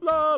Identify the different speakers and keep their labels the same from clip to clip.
Speaker 1: la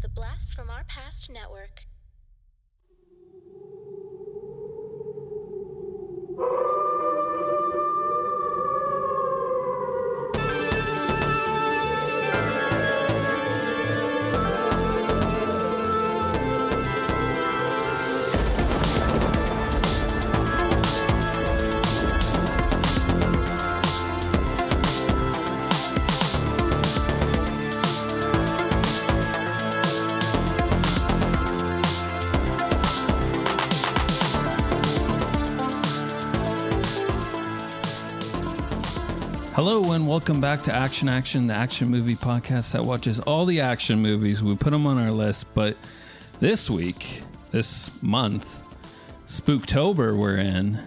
Speaker 2: The Blast from Our Past Network.
Speaker 3: Hello and welcome back to Action Action, the action movie podcast that watches all the action movies. We put them on our list, but this week, this month, Spooktober we're in,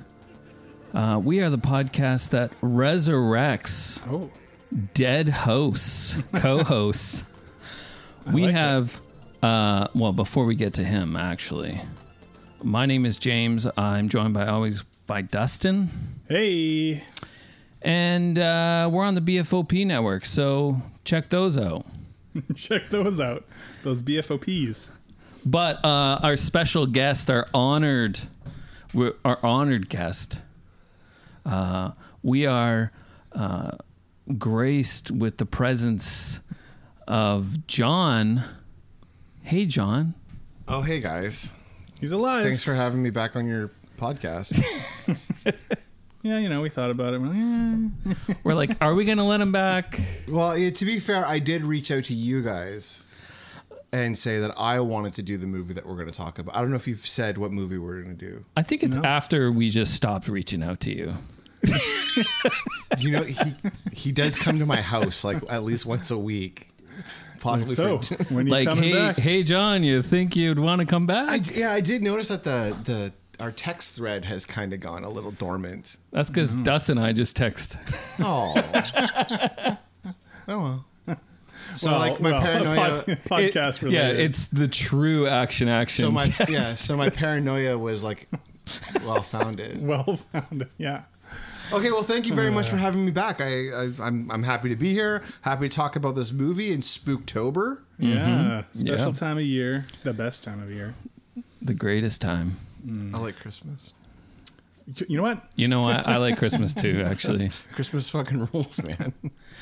Speaker 3: uh, we are the podcast that resurrects dead hosts, co-hosts. we have, uh, well, before we get to him, actually, my name is James. I'm joined by always by Dustin.
Speaker 4: Hey,
Speaker 3: and uh, we're on the BFOP network, so check those out.
Speaker 4: check those out. Those BFOPs.
Speaker 3: But uh, our special guest, our honored, we're, our honored guest, uh, we are uh, graced with the presence of John. Hey, John.
Speaker 5: Oh, hey guys.
Speaker 4: He's alive.
Speaker 5: Thanks for having me back on your podcast.
Speaker 4: yeah, you know, we thought about it. We're like, eh.
Speaker 3: We're like, are we gonna let him back?
Speaker 5: well, yeah, to be fair, I did reach out to you guys and say that I wanted to do the movie that we're going to talk about. I don't know if you've said what movie we're going to do.
Speaker 3: I think it's after we just stopped reaching out to you.
Speaker 5: You know, he he does come to my house like at least once a week. Possibly
Speaker 4: So,
Speaker 5: for
Speaker 4: when you
Speaker 3: Like,
Speaker 4: coming
Speaker 3: hey,
Speaker 4: back?
Speaker 3: hey, John, you think you'd want to come back?
Speaker 5: I, yeah, I did notice that the the our text thread has kind of gone a little dormant.
Speaker 3: That's
Speaker 4: Mm-hmm.
Speaker 3: because Dustin and I just text.
Speaker 5: Oh. oh well. So
Speaker 4: Well,
Speaker 5: like my
Speaker 4: well,
Speaker 5: paranoia
Speaker 4: pod- podcast
Speaker 3: It-
Speaker 4: related.
Speaker 3: Yeah, it's the true action action.
Speaker 5: so my
Speaker 3: text.
Speaker 5: yeah, so my paranoia was like well founded.
Speaker 4: well founded. Yeah.
Speaker 5: Okay, well, thank you very much for having me back. I, I I'm I'm happy to be here. Happy to talk about this movie in Spooktober.
Speaker 4: Yeah. Special
Speaker 3: Yeah.
Speaker 4: time of year. The best time of year.
Speaker 3: the greatest time.
Speaker 5: I like Christmas.
Speaker 4: You know what?
Speaker 3: You know, I, I like Christmas too. Actually,
Speaker 5: Christmas fucking rules, man.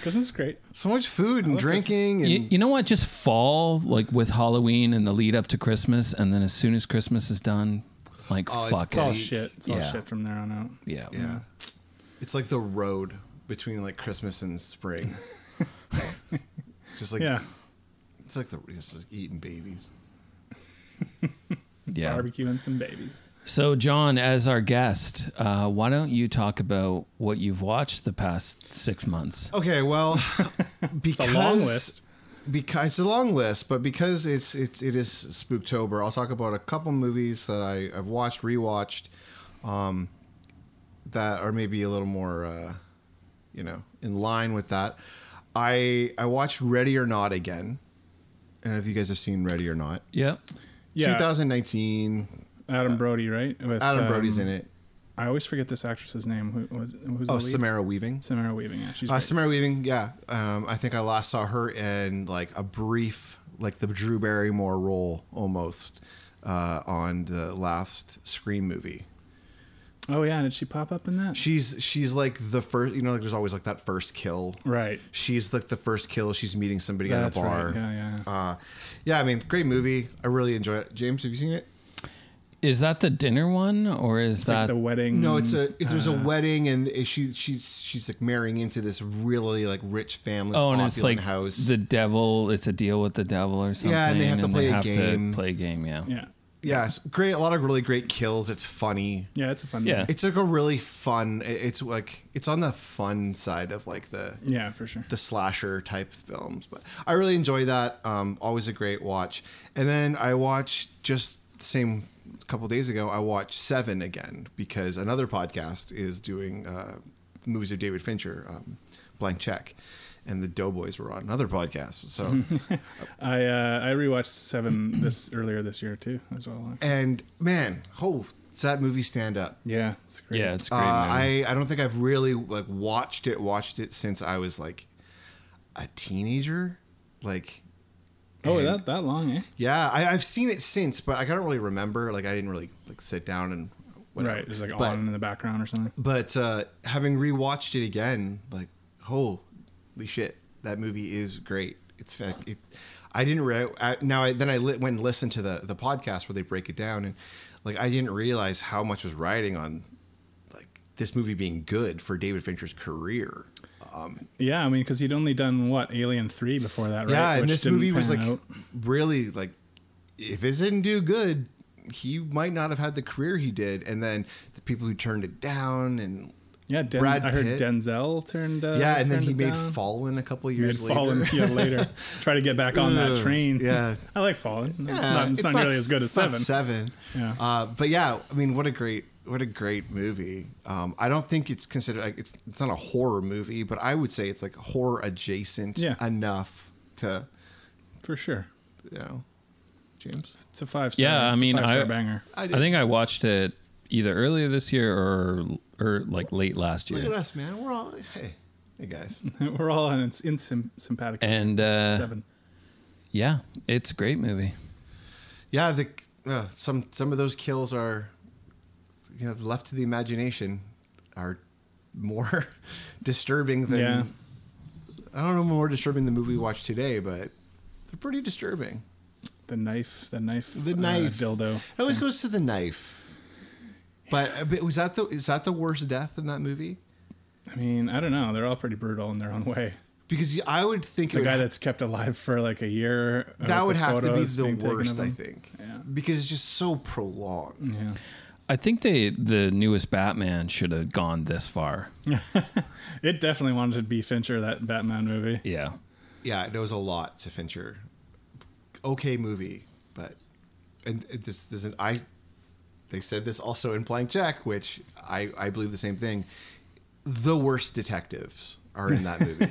Speaker 4: Christmas is great.
Speaker 5: so much food and drinking
Speaker 3: you,
Speaker 5: and
Speaker 3: you know what? Just fall like with Halloween and the lead up to Christmas, and then as soon as Christmas is done, like
Speaker 5: Oh, it's-
Speaker 3: fuck
Speaker 4: It's
Speaker 5: it's
Speaker 4: all
Speaker 3: it.
Speaker 4: shit. It's all
Speaker 3: Yeah.
Speaker 4: shit from there on out.
Speaker 3: Yeah.
Speaker 5: yeah, it's like the road between like Christmas and spring. just like
Speaker 4: Yeah.
Speaker 5: it's like the it's just eating babies.
Speaker 3: yeah.
Speaker 4: Barbecue and some babies.
Speaker 3: So, John, as our guest, uh, why don't you talk about what you've watched the past six months?
Speaker 4: Oh.
Speaker 5: Okay, well, because
Speaker 4: a long list.
Speaker 5: Because it's a long list, but because it's it's it is Spooktober, I'll talk about a couple movies that I, I've watched, rewatched, um, that are maybe a little more, uh, you know, in line with that. I I watched Ready or Not again. And if you guys have seen Ready or Not,
Speaker 3: Yep.
Speaker 4: Yeah.
Speaker 5: 2019,
Speaker 4: Adam Brody, right? With,
Speaker 5: Adam
Speaker 4: um,
Speaker 5: Brody's in it.
Speaker 4: I always forget this actress's name. Who, who- who's the
Speaker 5: Oh,
Speaker 4: lead?
Speaker 5: Samara Weaving.
Speaker 4: Samara Weaving. Yeah, she's
Speaker 5: Uh,
Speaker 4: great.
Speaker 5: Samara Weaving, yeah. Um, I think I last saw her in like a brief, like the Drew Barrymore role almost uh, on the last Scream movie.
Speaker 4: oh yeah, did she pop up in that?
Speaker 5: She's she's like the first, you know, like there's always like that first kill.
Speaker 4: right.
Speaker 5: She's like the first kill. She's meeting somebody
Speaker 4: That's
Speaker 5: at a bar.
Speaker 4: right. Yeah, yeah.
Speaker 5: Uh, yeah, I mean, great movie. I really enjoy it. James, have you seen it?
Speaker 3: Is that the dinner one, or is
Speaker 4: It's
Speaker 3: that
Speaker 4: like the wedding.
Speaker 5: No, it's a if there's a wedding and she she's she's like marrying into this really like rich family,
Speaker 3: Oh, and
Speaker 5: opulent
Speaker 3: it's like
Speaker 5: house.
Speaker 3: the devil. It's a deal with the devil or something.
Speaker 5: Yeah, and they have to play a
Speaker 3: have to
Speaker 5: game.
Speaker 3: play a game. Yeah.
Speaker 4: yeah.
Speaker 5: Yes, great. A lot of really great kills. It's funny.
Speaker 4: Yeah, it's a fun.
Speaker 3: Yeah.
Speaker 5: It's like a really fun. it- It's like it's on the fun side of like the
Speaker 4: Yeah, for sure.
Speaker 5: the slasher type films. But I really enjoy that. Um, always a great watch. And then I watched just the same couple days ago. I watched Seven again because another podcast is doing uh, movies of David Fincher, um, Blank Check, and the Doughboys were on another podcast. So
Speaker 4: I uh, I rewatched Seven this earlier this year too as well.
Speaker 5: and man, oh, does that movie stand up?
Speaker 4: Yeah, it's great.
Speaker 3: Yeah, it's a great.
Speaker 5: Uh,
Speaker 3: movie.
Speaker 5: I I don't think I've really like watched it watched it since I was like a teenager, like.
Speaker 4: oh,
Speaker 5: and-
Speaker 4: that that long, eh?
Speaker 5: Yeah, I, I've seen it since, but I don't really remember. Like, I didn't really like sit down and whatever.
Speaker 4: Right, it's like
Speaker 5: but,
Speaker 4: on in the background or something.
Speaker 5: But uh, having rewatched it again, like, holy shit, that movie is great. It's fac- it. I didn't re- I, now. I, then I li- went and listened to the the podcast where they break it down, and like I didn't realize how much was riding on like this movie being good for David Fincher's career.
Speaker 4: Yeah, I mean, because he'd only done what Alien Three before that, right?
Speaker 5: Yeah, and
Speaker 4: Which
Speaker 5: this
Speaker 4: didn't
Speaker 5: movie was
Speaker 4: pan
Speaker 5: like
Speaker 4: out.
Speaker 5: really like if it didn't do good, he might not have had the career he did. And then the people who turned it down and
Speaker 4: yeah, Den-
Speaker 5: Brad
Speaker 4: I heard
Speaker 5: Pitt.
Speaker 4: Denzel turned. Uh,
Speaker 5: yeah, and then
Speaker 4: turned
Speaker 5: he
Speaker 4: it
Speaker 5: made
Speaker 4: down.
Speaker 5: Fallen a couple
Speaker 4: Made
Speaker 5: years later.
Speaker 4: Fallen yeah, later. Try to get back on that
Speaker 5: Ugh,
Speaker 4: train.
Speaker 5: yeah.
Speaker 4: I like Fallen. It's
Speaker 5: Yeah,
Speaker 4: not. It's, not, nearly as good as
Speaker 5: it's not
Speaker 4: Seven.
Speaker 5: Seven.
Speaker 4: Yeah.
Speaker 5: Uh, but yeah, I mean, what a great, what a great movie. Um, I don't think it's considered like it's it's not a horror movie, but I would say it's like horror adjacent
Speaker 4: Yeah.
Speaker 5: enough to
Speaker 4: for sure.
Speaker 5: you know, James.
Speaker 4: It's a five star.
Speaker 3: yeah, I mean, I,
Speaker 4: banger.
Speaker 3: I,
Speaker 5: I did.
Speaker 3: think I watched it either earlier this year or or like late last year.
Speaker 5: Look at us, man. We're all hey, hey guys.
Speaker 4: We're all on it's in sym- simpatico.
Speaker 3: And uh,
Speaker 4: Seven.
Speaker 3: yeah, it's a great movie.
Speaker 5: Yeah, the uh, some some of those kills are, you know, left to the imagination, are more disturbing than
Speaker 4: Yeah.
Speaker 5: I don't know more disturbing than the movie we watched today, but they're pretty disturbing.
Speaker 4: The knife. The knife.
Speaker 5: The
Speaker 4: uh,
Speaker 5: knife
Speaker 4: dildo.
Speaker 5: It always goes to the knife. But, uh, but was that the is that the worst death in that movie?
Speaker 4: I mean, I don't know. They're all pretty brutal in their own way.
Speaker 5: Because I would think it
Speaker 4: The
Speaker 5: would
Speaker 4: guy
Speaker 5: ha-
Speaker 4: that's kept alive for like a year. uh,
Speaker 5: that would
Speaker 4: with
Speaker 5: have to be
Speaker 4: photos being
Speaker 5: the
Speaker 4: taken of
Speaker 5: worst. I
Speaker 4: him.
Speaker 5: think
Speaker 4: Yeah.
Speaker 5: because it's just so prolonged.
Speaker 4: Yeah.
Speaker 3: I think they the newest Batman should have gone this far.
Speaker 4: It definitely wanted to be Fincher that Batman movie.
Speaker 3: Yeah.
Speaker 5: yeah, it was a lot to Fincher. Okay movie, but and it just doesn't. I they said this also in Blank Jack, which I I believe the same thing. The worst detectives are in that movie.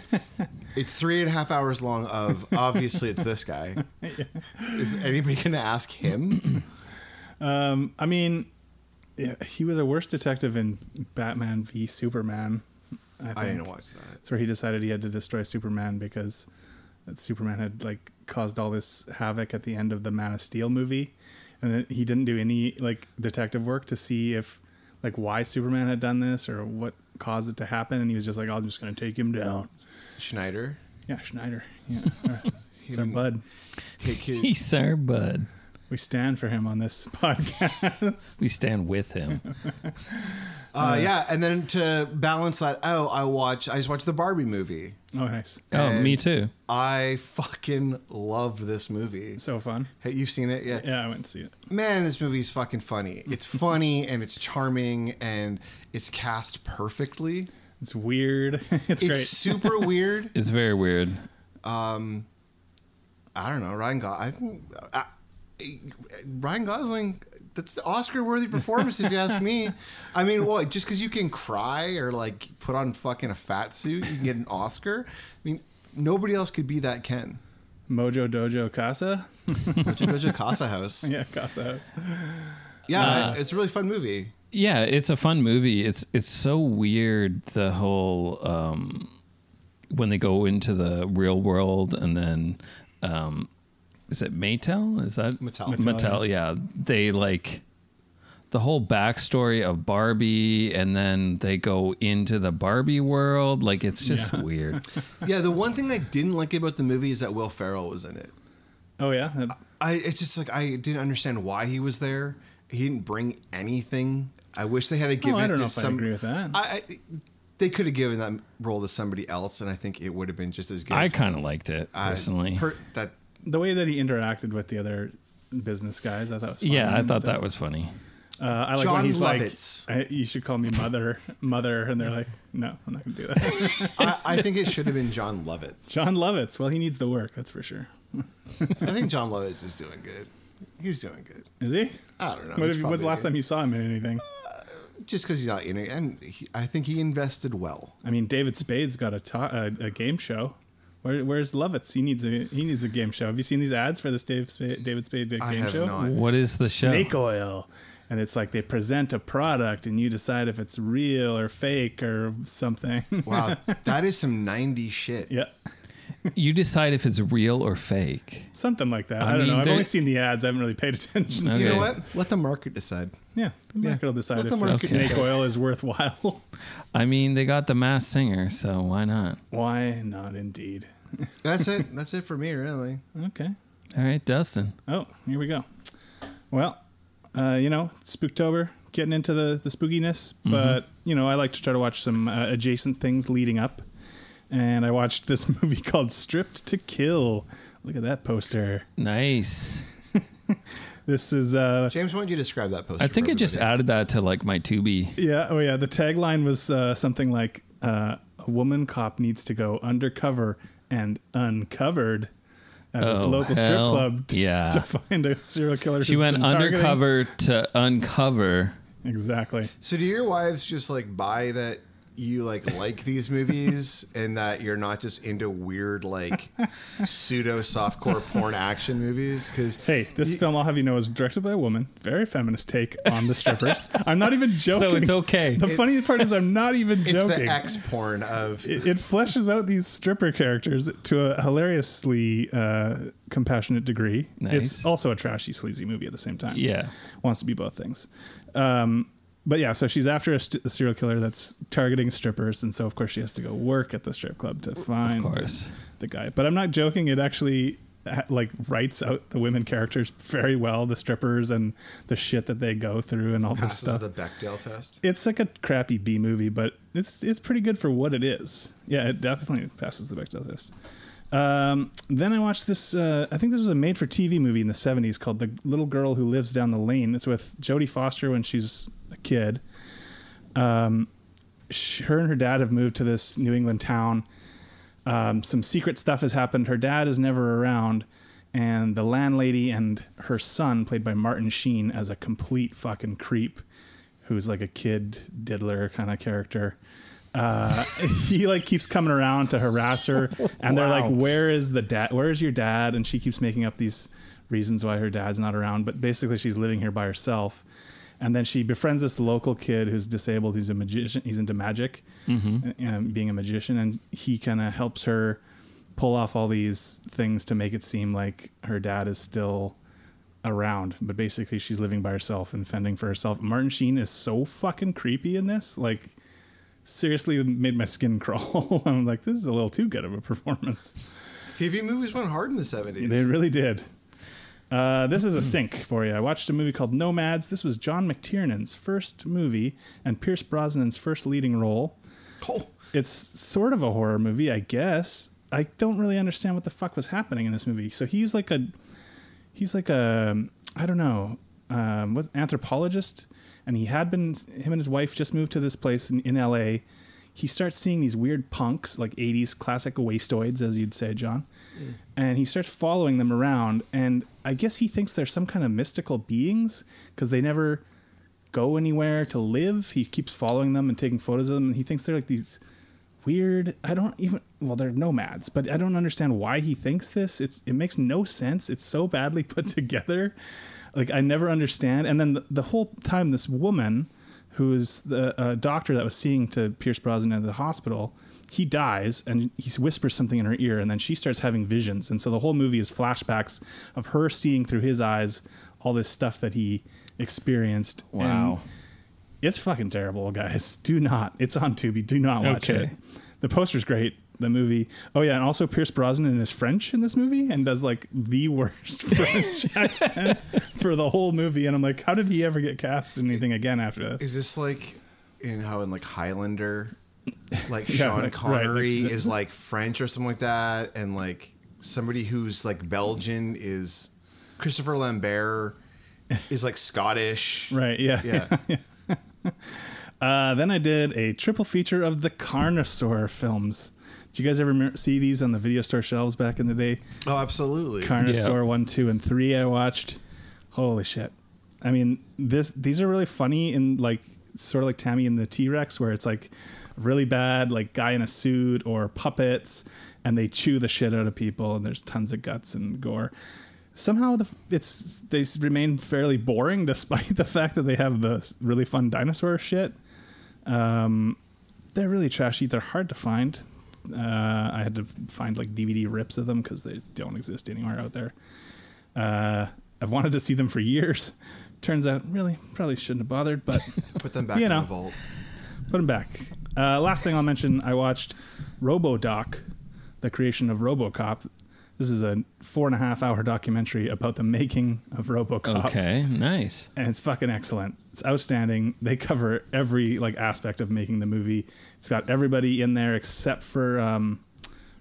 Speaker 5: it's three and a half hours long. Of obviously, it's this guy. Is anybody going to ask him?
Speaker 4: Um, I mean, yeah, he was a worse detective in Batman v Superman. I, think.
Speaker 5: I didn't watch that.
Speaker 4: That's where he decided he had to destroy Superman because that Superman had like caused all this havoc at the end of the Man of Steel movie, and then he didn't do any like detective work to see if like why Superman had done this or what caused it to happen, and he was just like, "I'm just gonna take him down."
Speaker 5: Schneider
Speaker 4: Yeah, Schneider. Yeah, he's our bud.
Speaker 5: take his.
Speaker 3: He's our bud.
Speaker 4: We stand for him on this podcast.
Speaker 3: We stand with him.
Speaker 5: Uh, yeah, and then to balance that out, I watch. I just watched the Barbie movie.
Speaker 4: oh, nice.
Speaker 3: oh, me
Speaker 5: And-
Speaker 3: too.
Speaker 5: I fucking love this movie.
Speaker 4: So fun.
Speaker 5: Hey, you've seen it, yeah?
Speaker 4: Yeah, I went to see it.
Speaker 5: Man, this movie's fucking funny. It's funny and it's charming and it's cast perfectly.
Speaker 4: It's weird. it's,
Speaker 5: It's
Speaker 4: great.
Speaker 5: super weird.
Speaker 3: It's very weird.
Speaker 5: I don't know Ryan Gosling. I think I, Ryan Gosling. That's the Oscar-worthy performance, if you ask me. I mean, what? Just because you can cry or like put on fucking a fat suit, you can get an Oscar. I mean, nobody else could be that Ken.
Speaker 4: Mojo Dojo Casa.
Speaker 5: Jojo Casa House. Yeah,
Speaker 4: Yeah, Casa House.
Speaker 5: it's a really fun movie.
Speaker 3: Yeah, it's a fun movie. It's it's so weird the whole um when they go into the real world and then um is it Maytel? Is that
Speaker 5: Mattel.
Speaker 3: Mattel, yeah. They like the whole backstory of Barbie and then they go into the Barbie world. Like it's just
Speaker 4: Yeah.
Speaker 3: weird.
Speaker 5: Yeah, the one thing I didn't like about the movie is that Will Ferrell was in it.
Speaker 4: Oh yeah, that-
Speaker 5: I it's just like I didn't understand why he was there. He didn't bring anything. I wish they had to give
Speaker 4: Oh,
Speaker 5: it
Speaker 4: I don't
Speaker 5: to
Speaker 4: know if I
Speaker 5: some.
Speaker 4: agree with that.
Speaker 5: I, I they could have given that role to somebody else, and I think it would have been just as good.
Speaker 3: I kind of liked it
Speaker 5: I-
Speaker 3: personally.
Speaker 5: per- that
Speaker 4: the way that he interacted with the other business guys. I thought it was funny
Speaker 3: Yeah, I
Speaker 4: and
Speaker 3: thought
Speaker 4: stuff.
Speaker 3: that was funny.
Speaker 4: Uh, I like
Speaker 5: John
Speaker 4: when he's
Speaker 5: Lovitz.
Speaker 4: like, I, "You should call me mother, mother," and they're like, "No, I'm not gonna do that."
Speaker 5: I, I think it should have been John Lovitz.
Speaker 4: John Lovitz. Well, he needs the work, that's for sure.
Speaker 5: I think John Lovitz is doing good. He's doing good.
Speaker 4: Is he?
Speaker 5: I don't know.
Speaker 4: What if,
Speaker 5: He's
Speaker 4: what's the
Speaker 5: probably
Speaker 4: last
Speaker 5: good.
Speaker 4: time you saw him in anything?
Speaker 5: Just because he's not in it, and he, I think he invested well.
Speaker 4: I mean, David Spade's got a ta- a, a game show. Where, where's Lovitz? He needs a he needs a game show. Have you seen these ads for this Dave Spade, David Spade game
Speaker 5: I have
Speaker 4: show?
Speaker 5: not.
Speaker 3: What is the show?
Speaker 4: Snake oil, and it's like they present a product, and you decide if it's real or fake or something.
Speaker 5: Wow, that is some '90s shit.
Speaker 4: yeah,
Speaker 3: You decide if it's real or fake.
Speaker 4: something like that.
Speaker 3: I
Speaker 4: I, don't
Speaker 3: mean,
Speaker 4: know. I've
Speaker 3: they-
Speaker 4: only seen the ads. I haven't really paid attention.
Speaker 3: Okay.
Speaker 5: You know what? Let the market decide.
Speaker 4: Yeah, the market will decide
Speaker 5: Let the
Speaker 4: if
Speaker 5: market
Speaker 4: snake
Speaker 5: decide.
Speaker 4: oil is worthwhile.
Speaker 3: I mean, they got the mass singer, so why not?
Speaker 4: Why not? Indeed.
Speaker 5: That's it. That's it for me, really.
Speaker 4: Okay.
Speaker 3: All right, Dustin.
Speaker 4: Oh, here we go. Well, uh, you know, Spooktober, getting into the, the spookiness,
Speaker 3: Mm-hmm.
Speaker 4: but, you know, I like to try to watch some uh, adjacent things leading up. And I watched this movie called Stripped to Kill. Look at that poster.
Speaker 3: Nice.
Speaker 4: This is, uh,
Speaker 5: James, why don't you describe that poster?
Speaker 3: I think
Speaker 5: for
Speaker 3: I just
Speaker 5: everybody?
Speaker 3: added that to like my Tubi.
Speaker 4: yeah, oh, yeah. The tagline was uh, something like uh, A woman cop needs to go undercover and uncovered at this
Speaker 3: Oh,
Speaker 4: local strip
Speaker 3: hell
Speaker 4: club to,
Speaker 3: yeah.
Speaker 4: to find a serial killer.
Speaker 3: She
Speaker 4: who's
Speaker 3: went
Speaker 4: been targeting-
Speaker 3: undercover to uncover.
Speaker 4: Exactly.
Speaker 5: So do your wives just like buy that you like like these movies and that you're not just into weird like pseudo softcore porn action movies? Because
Speaker 4: Hey, this film, I'll have you know, is directed by a woman. Very feminist take on the strippers. I'm not even joking.
Speaker 3: So it's okay.
Speaker 4: The funny part is, I'm not even
Speaker 5: it's
Speaker 4: joking.
Speaker 5: the X porn of
Speaker 4: it, it fleshes out these stripper characters to a hilariously uh, compassionate degree.
Speaker 3: Nice.
Speaker 4: It's also a trashy, sleazy movie at the same time.
Speaker 3: Yeah.
Speaker 4: Wants to be both things. Um, but yeah, so she's after a, st- a serial killer that's targeting strippers. And so, of course, she has to go work at the strip club to find
Speaker 3: course.
Speaker 4: the guy. But I'm not joking. It actually uh, like writes out the women characters very well, the strippers and the shit that they go through and all this
Speaker 5: passes
Speaker 4: stuff.
Speaker 5: the Bechdel test.
Speaker 4: it's like a crappy B movie, but it's it's pretty good for what it is. Yeah, it definitely passes the Bechdel test. Um, then I watched this. Uh, I think this was a made-for-TV movie in the '70s called "The Little Girl Who Lives Down the Lane." It's with Jodie Foster when she's a kid Um, sh- her and her dad have moved to this New England town. Um, some secret stuff has happened. Her dad is never around, and the landlady and her son, played by Martin Sheen, as a complete fucking creep, who's like a kid diddler kind of character. Uh, he like keeps coming around to harass her, and they're like, "Where is the dad? Where is your dad?" And she keeps making up these reasons why her dad's not around, but basically she's living here by herself. And then she befriends this local kid who's disabled. He's a magician. He's into magic, and, and being a magician, and he kind of helps her pull off all these things to make it seem like her dad is still around. But basically, she's living by herself and fending for herself. Martin Sheen is so fucking creepy in this. Like, seriously, made my skin crawl. I'm like, this is a little too good of a performance.
Speaker 5: TV movies went hard in the seventies.
Speaker 4: They really did. Uh, this is a sink for you. I watched a movie called Nomads. This was John McTiernan's first movie and Pierce Brosnan's first leading role.
Speaker 5: oh,
Speaker 4: It's sort of a horror movie, I guess. I don't really understand what the fuck was happening in this movie. So he's like a, he's like a, I don't know, um, what anthropologist, and he had been him and his wife just moved to this place in, in L.A. He starts seeing these weird punks, like '80s classic wastoids, as you'd say, John, and he starts following them around. And I guess he thinks they're some kind of mystical beings because they never go anywhere to live. He keeps following them and taking photos of them, and he thinks they're like these weird. I don't even. Well, they're nomads, but I don't understand why he thinks this. It's it makes no sense. It's so badly put together. Like I never understand. And then the, the whole time, this woman, who is the uh, doctor that was seeing to Pierce Brosnan at the hospital. He dies and he whispers something in her ear, and then she starts having visions. And so the whole movie is flashbacks of her seeing through his eyes all this stuff that he experienced. And
Speaker 3: Wow.
Speaker 4: it's fucking terrible, guys. Do not. It's on Tubi. Do not watch
Speaker 3: Okay.
Speaker 4: it. The poster's great. The movie. Oh yeah, and also Pierce Brosnan is French in this movie and does like the worst French accent for the whole movie. And I'm like, how did he ever get cast in anything again after this?
Speaker 5: is this like in how in like Highlander, like
Speaker 4: Yeah, like, right,
Speaker 5: Sean
Speaker 4: like-
Speaker 5: Connery is like French or something like that, and like somebody who's like Belgian is Christopher Lambert is like Scottish.
Speaker 4: Right. Yeah.
Speaker 5: Yeah.
Speaker 4: Uh, then I did a triple feature of the Carnosaur films. Did you guys ever mer- see these on the video store shelves back in the day?
Speaker 5: Oh, absolutely.
Speaker 4: Carnosaur one, two, and three. I watched. Holy shit! I mean, this these are really funny and like sort of like Tammy and the T Rex, where it's like really bad, like guy in a suit or puppets, and they chew the shit out of people, and there's tons of guts and gore. Somehow the, it's they s- remain fairly boring despite the fact that they have the s- really fun dinosaur shit. Um, they're really trashy. They're hard to find. Uh, I had to find like DVD rips of them because they don't exist anywhere out there. Uh, I've wanted to see them for years. Turns out, really, probably shouldn't have bothered, but
Speaker 5: Put them back
Speaker 4: You
Speaker 5: in
Speaker 4: know.
Speaker 5: the vault.
Speaker 4: put them back. Uh, last thing I'll mention I watched Robodoc, the creation of Robocop. This is a four and a half hour documentary about the making of Robocop
Speaker 3: Okay, nice.
Speaker 4: and it's fucking excellent. It's outstanding. They cover every like aspect of making the movie. It's got everybody in there except for um,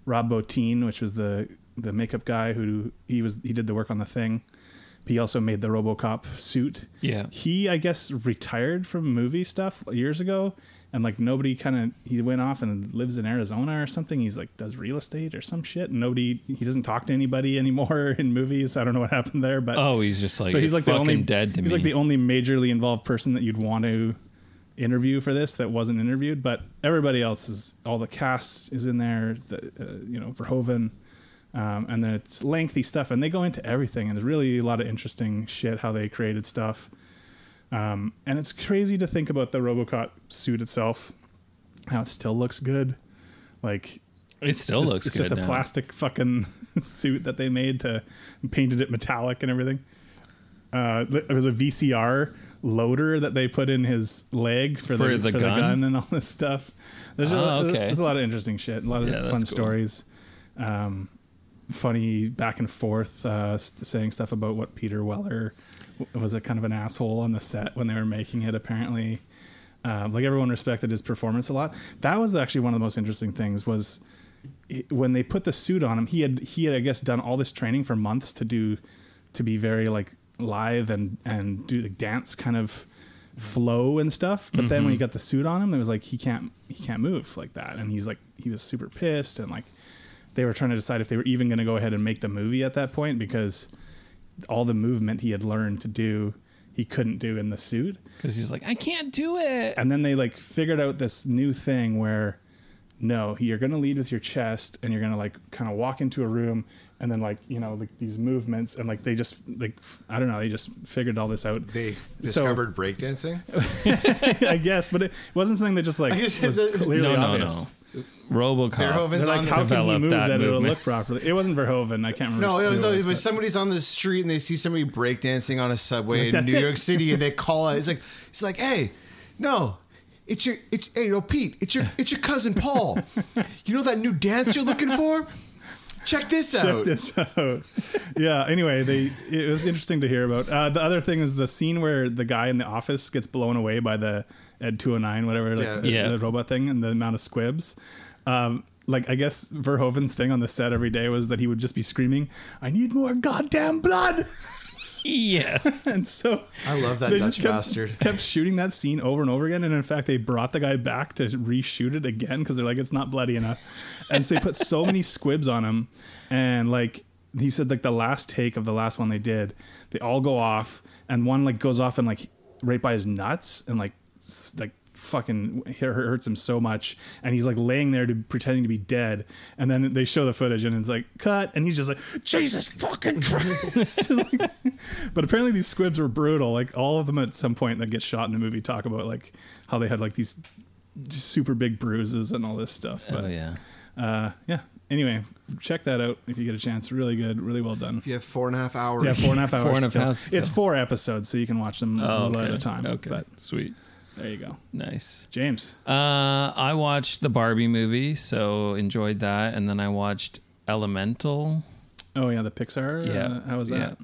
Speaker 4: Rob Bottin, which was the the makeup guy who he was he did the work on the thing. He also made the RoboCop suit.
Speaker 3: Yeah.
Speaker 4: He I guess retired from movie stuff years ago and like nobody kind of he went off and lives in Arizona or something. He's like does real estate or some shit. Nobody he doesn't talk to anybody anymore in movies. I don't know what happened there, but
Speaker 3: Oh, he's just like
Speaker 4: so he's
Speaker 3: it's
Speaker 4: like the
Speaker 3: fucking
Speaker 4: only
Speaker 3: dead to
Speaker 4: he's
Speaker 3: me.
Speaker 4: like the only majorly involved person that you'd want to interview for this that wasn't interviewed but everybody else is all the cast is in there the, uh, you know verhoeven um, and then it's lengthy stuff and they go into everything and there's really a lot of interesting shit how they created stuff um, and it's crazy to think about the robocop suit itself how it still looks good like
Speaker 3: it still
Speaker 4: it's just,
Speaker 3: looks
Speaker 4: it's
Speaker 3: good.
Speaker 4: just a
Speaker 3: now.
Speaker 4: plastic fucking suit that they made to painted it metallic and everything uh th- it was a vcr loader that they put in his leg for,
Speaker 3: For
Speaker 4: the,
Speaker 3: the
Speaker 4: for
Speaker 3: gun?
Speaker 4: the gun and all this stuff there's,
Speaker 3: Oh,
Speaker 4: a,
Speaker 3: okay.
Speaker 4: there's a lot of interesting shit a lot of
Speaker 3: Yeah, that's
Speaker 4: fun
Speaker 3: cool.
Speaker 4: stories um funny back and forth uh s- saying stuff about what peter weller w- was a kind of an asshole on the set when they were making it apparently uh, like everyone respected his performance a lot. That was actually one of the most interesting things was it- when they put the suit on him. He had he had I guess done all this training for months to do to be very like lithe and and do the dance kind of flow and stuff. But then when he got the suit on him, it was like he can't he can't move like that, and he's like he was super pissed and like they were trying to decide if they were even going to go ahead and make the movie at that point because all the movement he had learned to do he couldn't do in the suit
Speaker 3: because he's like I can't do it.
Speaker 4: and then they like figured out this new thing where no you're gonna lead with your chest and you're gonna like kind of walk into a room and then like you know like these movements and like they just like f- i don't know they just figured all this out
Speaker 5: They
Speaker 4: So-
Speaker 5: discovered breakdancing.
Speaker 4: i guess but it wasn't something that just like
Speaker 5: guess
Speaker 4: was
Speaker 5: it's-
Speaker 4: clearly
Speaker 3: no, no,
Speaker 4: obvious
Speaker 3: no. RoboCop.
Speaker 5: Verhoeven's
Speaker 4: They're
Speaker 5: on
Speaker 4: like,
Speaker 5: the-
Speaker 4: how can he
Speaker 3: Develop
Speaker 4: move
Speaker 3: that
Speaker 4: that, it'll
Speaker 3: movement.
Speaker 4: look properly? It wasn't Verhoeven. I can't remember.
Speaker 5: No,
Speaker 4: who
Speaker 5: no,
Speaker 4: it
Speaker 5: no.
Speaker 4: was,
Speaker 5: But
Speaker 4: but-
Speaker 5: somebody's on the street and they see somebody breakdancing on a subway in
Speaker 4: that's
Speaker 5: New
Speaker 4: it.
Speaker 5: York City, and they call out. It's like, it's like, hey, no, it's your, it's hey, no, Pete, it's your, it's your cousin Paul. you know that new dance you're looking for? Check this out.
Speaker 4: this out. yeah. Anyway, they it was interesting to hear about. Uh, the other thing is the scene where the guy in the office gets blown away by the Ed two hundred nine, whatever, like
Speaker 5: Yeah.
Speaker 4: The,
Speaker 3: Yeah.
Speaker 4: the robot thing, and the amount of squibs. Um, like I guess Verhoeven's thing on the set every day was that he would just be screaming, "I need more goddamn blood."
Speaker 3: Yes.
Speaker 4: and so
Speaker 5: I love that
Speaker 4: they
Speaker 5: Dutch
Speaker 4: just kept,
Speaker 5: bastard.
Speaker 4: Kept shooting that scene over and over again, and in fact, they brought the guy back to reshoot it again because they're like, it's not bloody enough, and so they put so many squibs on him, and like he said, like the last take of the last one they did, they all go off, and one like goes off and like right by his nuts, and like s- like fucking it hurts him so much and he's like laying there to pretending to be dead and then they show the footage and it's like cut and he's just like jesus fucking christ but apparently these squibs were brutal. Like all of them at some point that get shot in the movie talk about like how they had like these super big bruises and all this stuff. But
Speaker 3: Oh yeah.
Speaker 4: uh, yeah. Anyway, check that out if you get a chance. Really good, really well done.
Speaker 5: If you have four and a half hours.
Speaker 4: Yeah, four and a half hours.
Speaker 3: Four and a half
Speaker 4: to kill.
Speaker 3: hours to
Speaker 4: It's
Speaker 3: kill. Oh,
Speaker 4: four episodes, so you can watch them a little at a time.
Speaker 3: Okay.
Speaker 4: But
Speaker 3: Sweet.
Speaker 4: there you go,
Speaker 3: Nice.
Speaker 4: James.
Speaker 3: Uh, I watched the Barbie movie, so enjoyed that, and then I watched Elemental.
Speaker 4: Oh yeah, the Pixar.
Speaker 3: Yeah.
Speaker 4: Uh, how was that?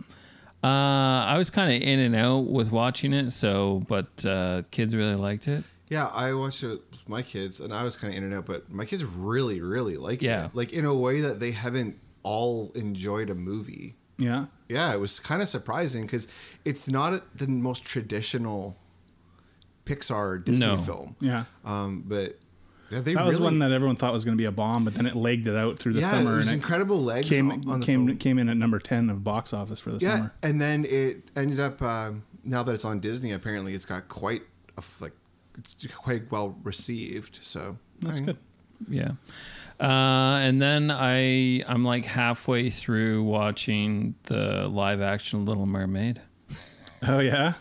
Speaker 3: Yeah. Uh, I was kind of in and out with watching it, so but uh, kids really liked it.
Speaker 5: Yeah, I watched it with my kids, and I was kind of in and out, but my kids really, really like
Speaker 3: Yeah.
Speaker 5: it. Like in a way that they haven't all enjoyed a movie.
Speaker 4: Yeah.
Speaker 5: yeah, it was kind of surprising because it's not the most traditional Pixar Disney
Speaker 3: No.
Speaker 5: film.
Speaker 4: Yeah.
Speaker 5: Um, but yeah, they
Speaker 4: That
Speaker 5: really,
Speaker 4: was one that everyone thought was going to be a bomb, but then it legged it out through the
Speaker 5: yeah,
Speaker 4: summer
Speaker 5: it was
Speaker 4: and
Speaker 5: incredible legs
Speaker 4: came
Speaker 5: on on the
Speaker 4: came
Speaker 5: film.
Speaker 4: came in at number ten of box office for the
Speaker 5: yeah,
Speaker 4: summer.
Speaker 5: and then it ended up um, now that it's on Disney. Apparently, it's got quite a f- like it's quite well received. So
Speaker 4: That's
Speaker 5: I mean,
Speaker 4: good.
Speaker 3: Yeah. Uh, and then I I'm like halfway through watching the live action Little Mermaid.
Speaker 4: Oh yeah.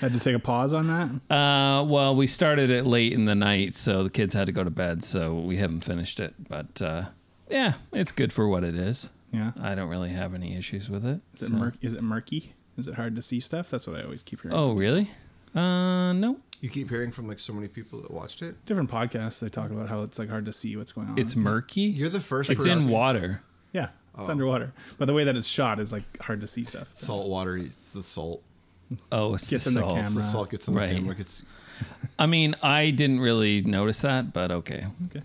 Speaker 4: Had to take a pause on that.
Speaker 3: Uh, well, we started it late in the night, so the kids had to go to bed, so we haven't finished it. But uh, yeah, it's good for what it is.
Speaker 4: Yeah.
Speaker 3: I don't really have any issues with it.
Speaker 4: Is it
Speaker 3: Uh, so-
Speaker 4: murk- Is it murky? Is it hard to see stuff? That's what I always keep hearing.
Speaker 3: Oh, really? Uh, no.
Speaker 5: You keep hearing from like so many people that watched it.
Speaker 4: Different podcasts they talk about how it's like hard to see what's going on.
Speaker 3: It's murky.
Speaker 5: You're the first.
Speaker 3: It's
Speaker 5: person-
Speaker 3: in water.
Speaker 4: Yeah.
Speaker 5: Oh.
Speaker 4: It's underwater, but the way that it's shot is like hard to see stuff.
Speaker 5: Salt water. It's the salt.
Speaker 3: Oh, it's
Speaker 4: Gets
Speaker 3: the
Speaker 4: in the
Speaker 3: salt.
Speaker 4: camera.
Speaker 5: The salt gets in the
Speaker 3: Right.
Speaker 5: camera. Gets
Speaker 3: I mean, I didn't really notice that, but okay.
Speaker 4: Okay.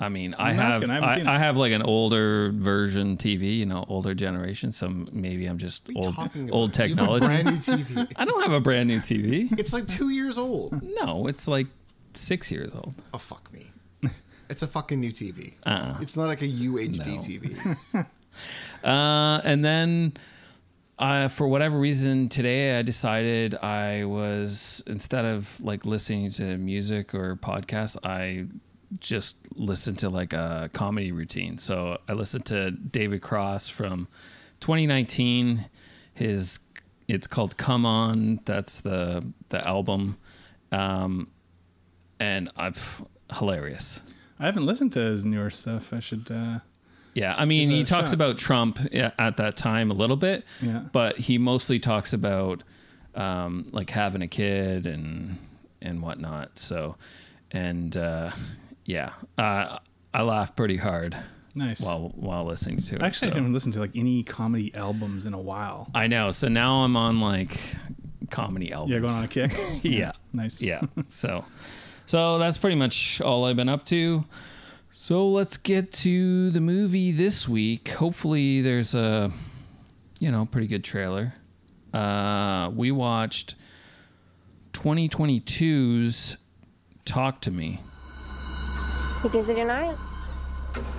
Speaker 3: I mean, I
Speaker 4: I'm
Speaker 3: have
Speaker 4: asking, I
Speaker 3: I,
Speaker 4: haven't seen it.
Speaker 3: I, have like an older version TV, you know, older generation. So maybe I'm just
Speaker 5: What are you
Speaker 3: old
Speaker 5: talking about?
Speaker 3: old
Speaker 5: You have a
Speaker 3: technology.
Speaker 5: brand new TV.
Speaker 3: I don't have a brand new TV.
Speaker 5: It's like two years old.
Speaker 3: No, it's like six years old.
Speaker 5: Oh fuck me. It's a fucking new TV.
Speaker 6: Uh-uh.
Speaker 5: It's not like a UHD
Speaker 3: No.
Speaker 5: TV.
Speaker 3: Uh, and then, uh, for whatever reason, today I decided I was instead of like listening to music or podcasts, I just listened to like a comedy routine. So I listened to David Cross from 2019. His it's called Come On. That's the the album, um, and I've hilarious.
Speaker 4: I haven't listened to his newer stuff. I should. Uh,
Speaker 3: Yeah, I mean,
Speaker 4: give it
Speaker 3: he
Speaker 4: a
Speaker 3: talks
Speaker 4: shot.
Speaker 3: about Trump a- at that time a little bit,
Speaker 4: Yeah.
Speaker 3: but he mostly talks about um, like having a kid and and whatnot. So, and uh, yeah, uh, I laughed pretty hard
Speaker 4: nice.
Speaker 3: while while listening to it.
Speaker 4: Actually,
Speaker 3: so.
Speaker 4: I haven't listened to like any comedy albums in a while.
Speaker 3: I know. So now I'm on like comedy albums.
Speaker 4: Yeah, going on a kick.
Speaker 3: yeah.
Speaker 4: Nice.
Speaker 3: Yeah. So, so that's pretty much all I've been up to. So let's get to the movie this week. Hopefully, there's a, you know, pretty good trailer. Uh, we watched 2022's Talk to Me.
Speaker 6: You busy tonight?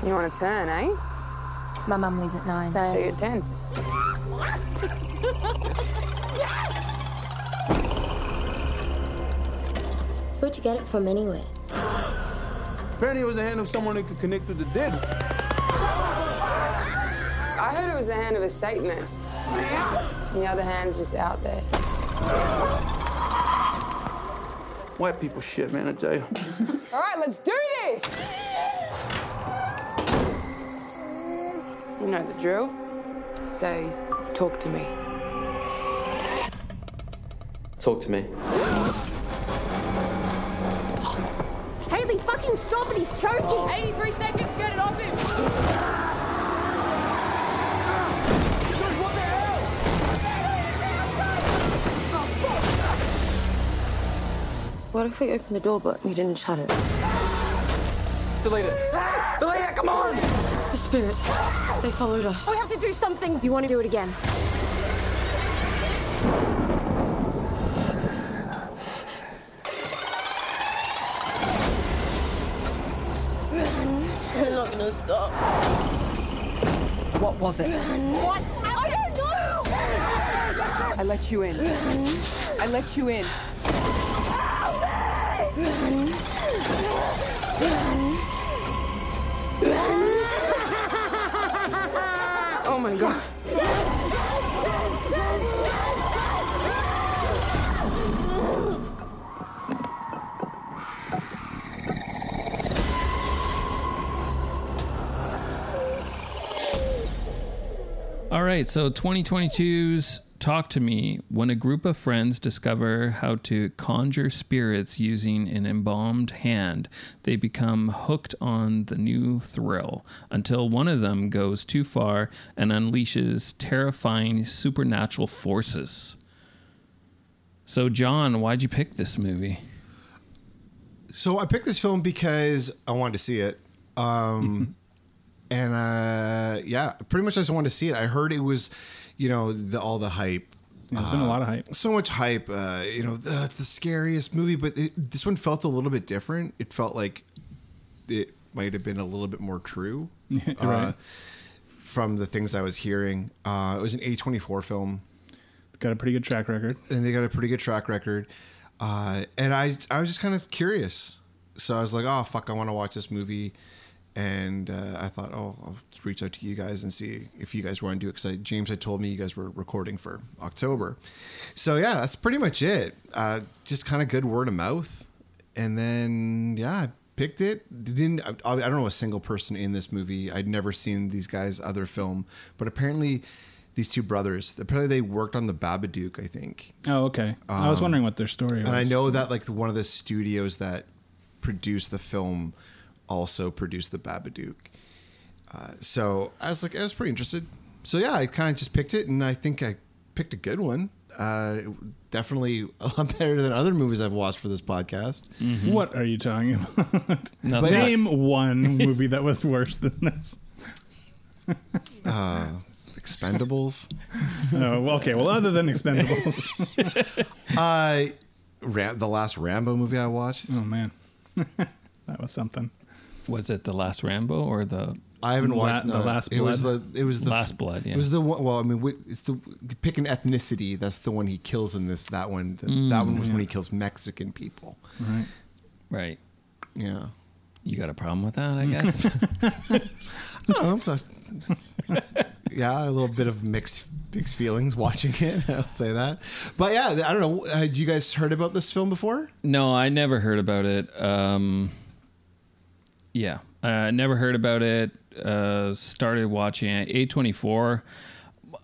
Speaker 7: You want to turn, eh?
Speaker 8: My mum leaves at nine.
Speaker 7: So you're 10.
Speaker 2: Where'd you get it from anyway?
Speaker 9: Apparently, it was the hand of someone that could connect with the dead.
Speaker 7: I heard it was the hand of a Satanist. And the other hand's just out there.
Speaker 9: White people shit, man, I tell you.
Speaker 7: All right, let's do this! You know the drill. Say, talk to me.
Speaker 9: Talk to me.
Speaker 6: Haley, fucking stop it, he's choking!
Speaker 7: 83 seconds, get it off him!
Speaker 10: What if we opened the door but we didn't shut it?
Speaker 9: Delete it. Delete it, come on!
Speaker 10: The spirits, they followed us.
Speaker 6: We have to do something! You wanna do it again?
Speaker 7: What was it?
Speaker 6: What? I don't know!
Speaker 7: I let you in. I let you in. Oh my god.
Speaker 3: All right, so 2022's Talk to Me when a group of friends discover how to conjure spirits using an embalmed hand, they become hooked on the new thrill until one of them goes too far and unleashes terrifying supernatural forces. So, John, why'd you pick this movie?
Speaker 5: so I picked this film because I wanted to see it. Um, and uh, yeah, pretty much I just wanted to see it. I heard it was, you you know, the, all the hype.
Speaker 4: There's
Speaker 5: Uh,
Speaker 4: been a lot of hype.
Speaker 5: So much hype. Uh, you know, "Ugh, it's the scariest movie, but it, this one felt a little bit different. It felt like it might have been a little bit more true
Speaker 4: Right.
Speaker 5: uh, from the things I was hearing. Uh, it was an A24 film.
Speaker 4: Got a pretty good track record.
Speaker 5: And they got a pretty good track record. Uh, and I, I was just kind of curious. So I was like, oh, fuck, I want to watch this movie. And uh, I thought, oh, I'll just reach out to you guys and see if you guys want to do it. Because James had told me you guys were recording for October. So yeah, that's pretty much it. Uh, just kind of good word of mouth. And then, yeah, I picked it. Didn't I, I don't know a single person in this movie. I'd never seen these guys' other film. But apparently, these two brothers, apparently they worked on The Babadook, I think.
Speaker 4: Oh, okay. I was
Speaker 5: Um,
Speaker 4: wondering what their story was.
Speaker 5: And I know that like one of the studios that produced the film also produced the Babadook. Uh, so I was like, I was pretty interested. So yeah, I kind of just picked it, and I think I picked a good one. Uh, definitely a lot better than other movies I've watched for this podcast.
Speaker 3: Mm-hmm.
Speaker 4: What are you talking about?
Speaker 5: Nothing.
Speaker 4: Name one movie that was worse than this.
Speaker 5: Uh, Expendables.
Speaker 4: Oh, well, okay. Well, other than Expendables,
Speaker 5: uh, Ram- the last Rambo movie I watched.
Speaker 4: Oh man, that was something.
Speaker 3: Was it the last Rambo or the?
Speaker 5: I haven't watched
Speaker 3: the
Speaker 5: no,
Speaker 3: last.
Speaker 5: It
Speaker 3: blood?
Speaker 5: was the it was the
Speaker 3: last blood. Yeah,
Speaker 5: It was the one. Well, I mean, wi- it's the pick an ethnicity. That's the one he kills in this. That one. The,
Speaker 3: Mm,
Speaker 5: that one was
Speaker 3: yeah.
Speaker 5: when he kills Mexican people.
Speaker 4: Right.
Speaker 3: right.
Speaker 5: Yeah.
Speaker 3: You got a problem with that? I guess.
Speaker 5: I don't know, it's a- yeah, a little bit of mixed mixed feelings watching it. I'll say that. But yeah, I don't know. Had you guys heard about this film before?
Speaker 3: No, I never heard about it. Um, yeah, I never heard about it. Uh, started watching it. A twenty four.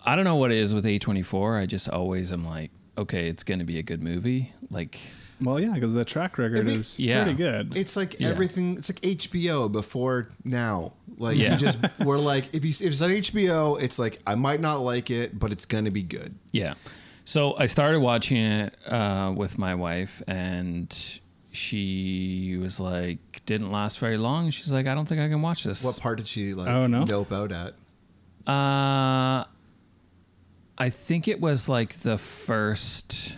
Speaker 3: I don't know what it is with A twenty four. I just always am like, okay, it's going to be a good movie. Like,
Speaker 4: well, yeah, because the track record is
Speaker 3: yeah.
Speaker 4: pretty good.
Speaker 5: It's like
Speaker 3: Yeah.
Speaker 5: everything. It's like HBO before now. Like
Speaker 3: Yeah.
Speaker 5: you just we're like if you if it's on HBO, it's like I might not like it, but it's gonna be good.
Speaker 3: Yeah. So I started watching it uh, with my wife, and she was like, didn't last very long. She's like, I don't think I can watch this.
Speaker 5: What part did she like?
Speaker 3: Oh, no?
Speaker 5: Dope out at.
Speaker 3: Uh, I think it was like the first,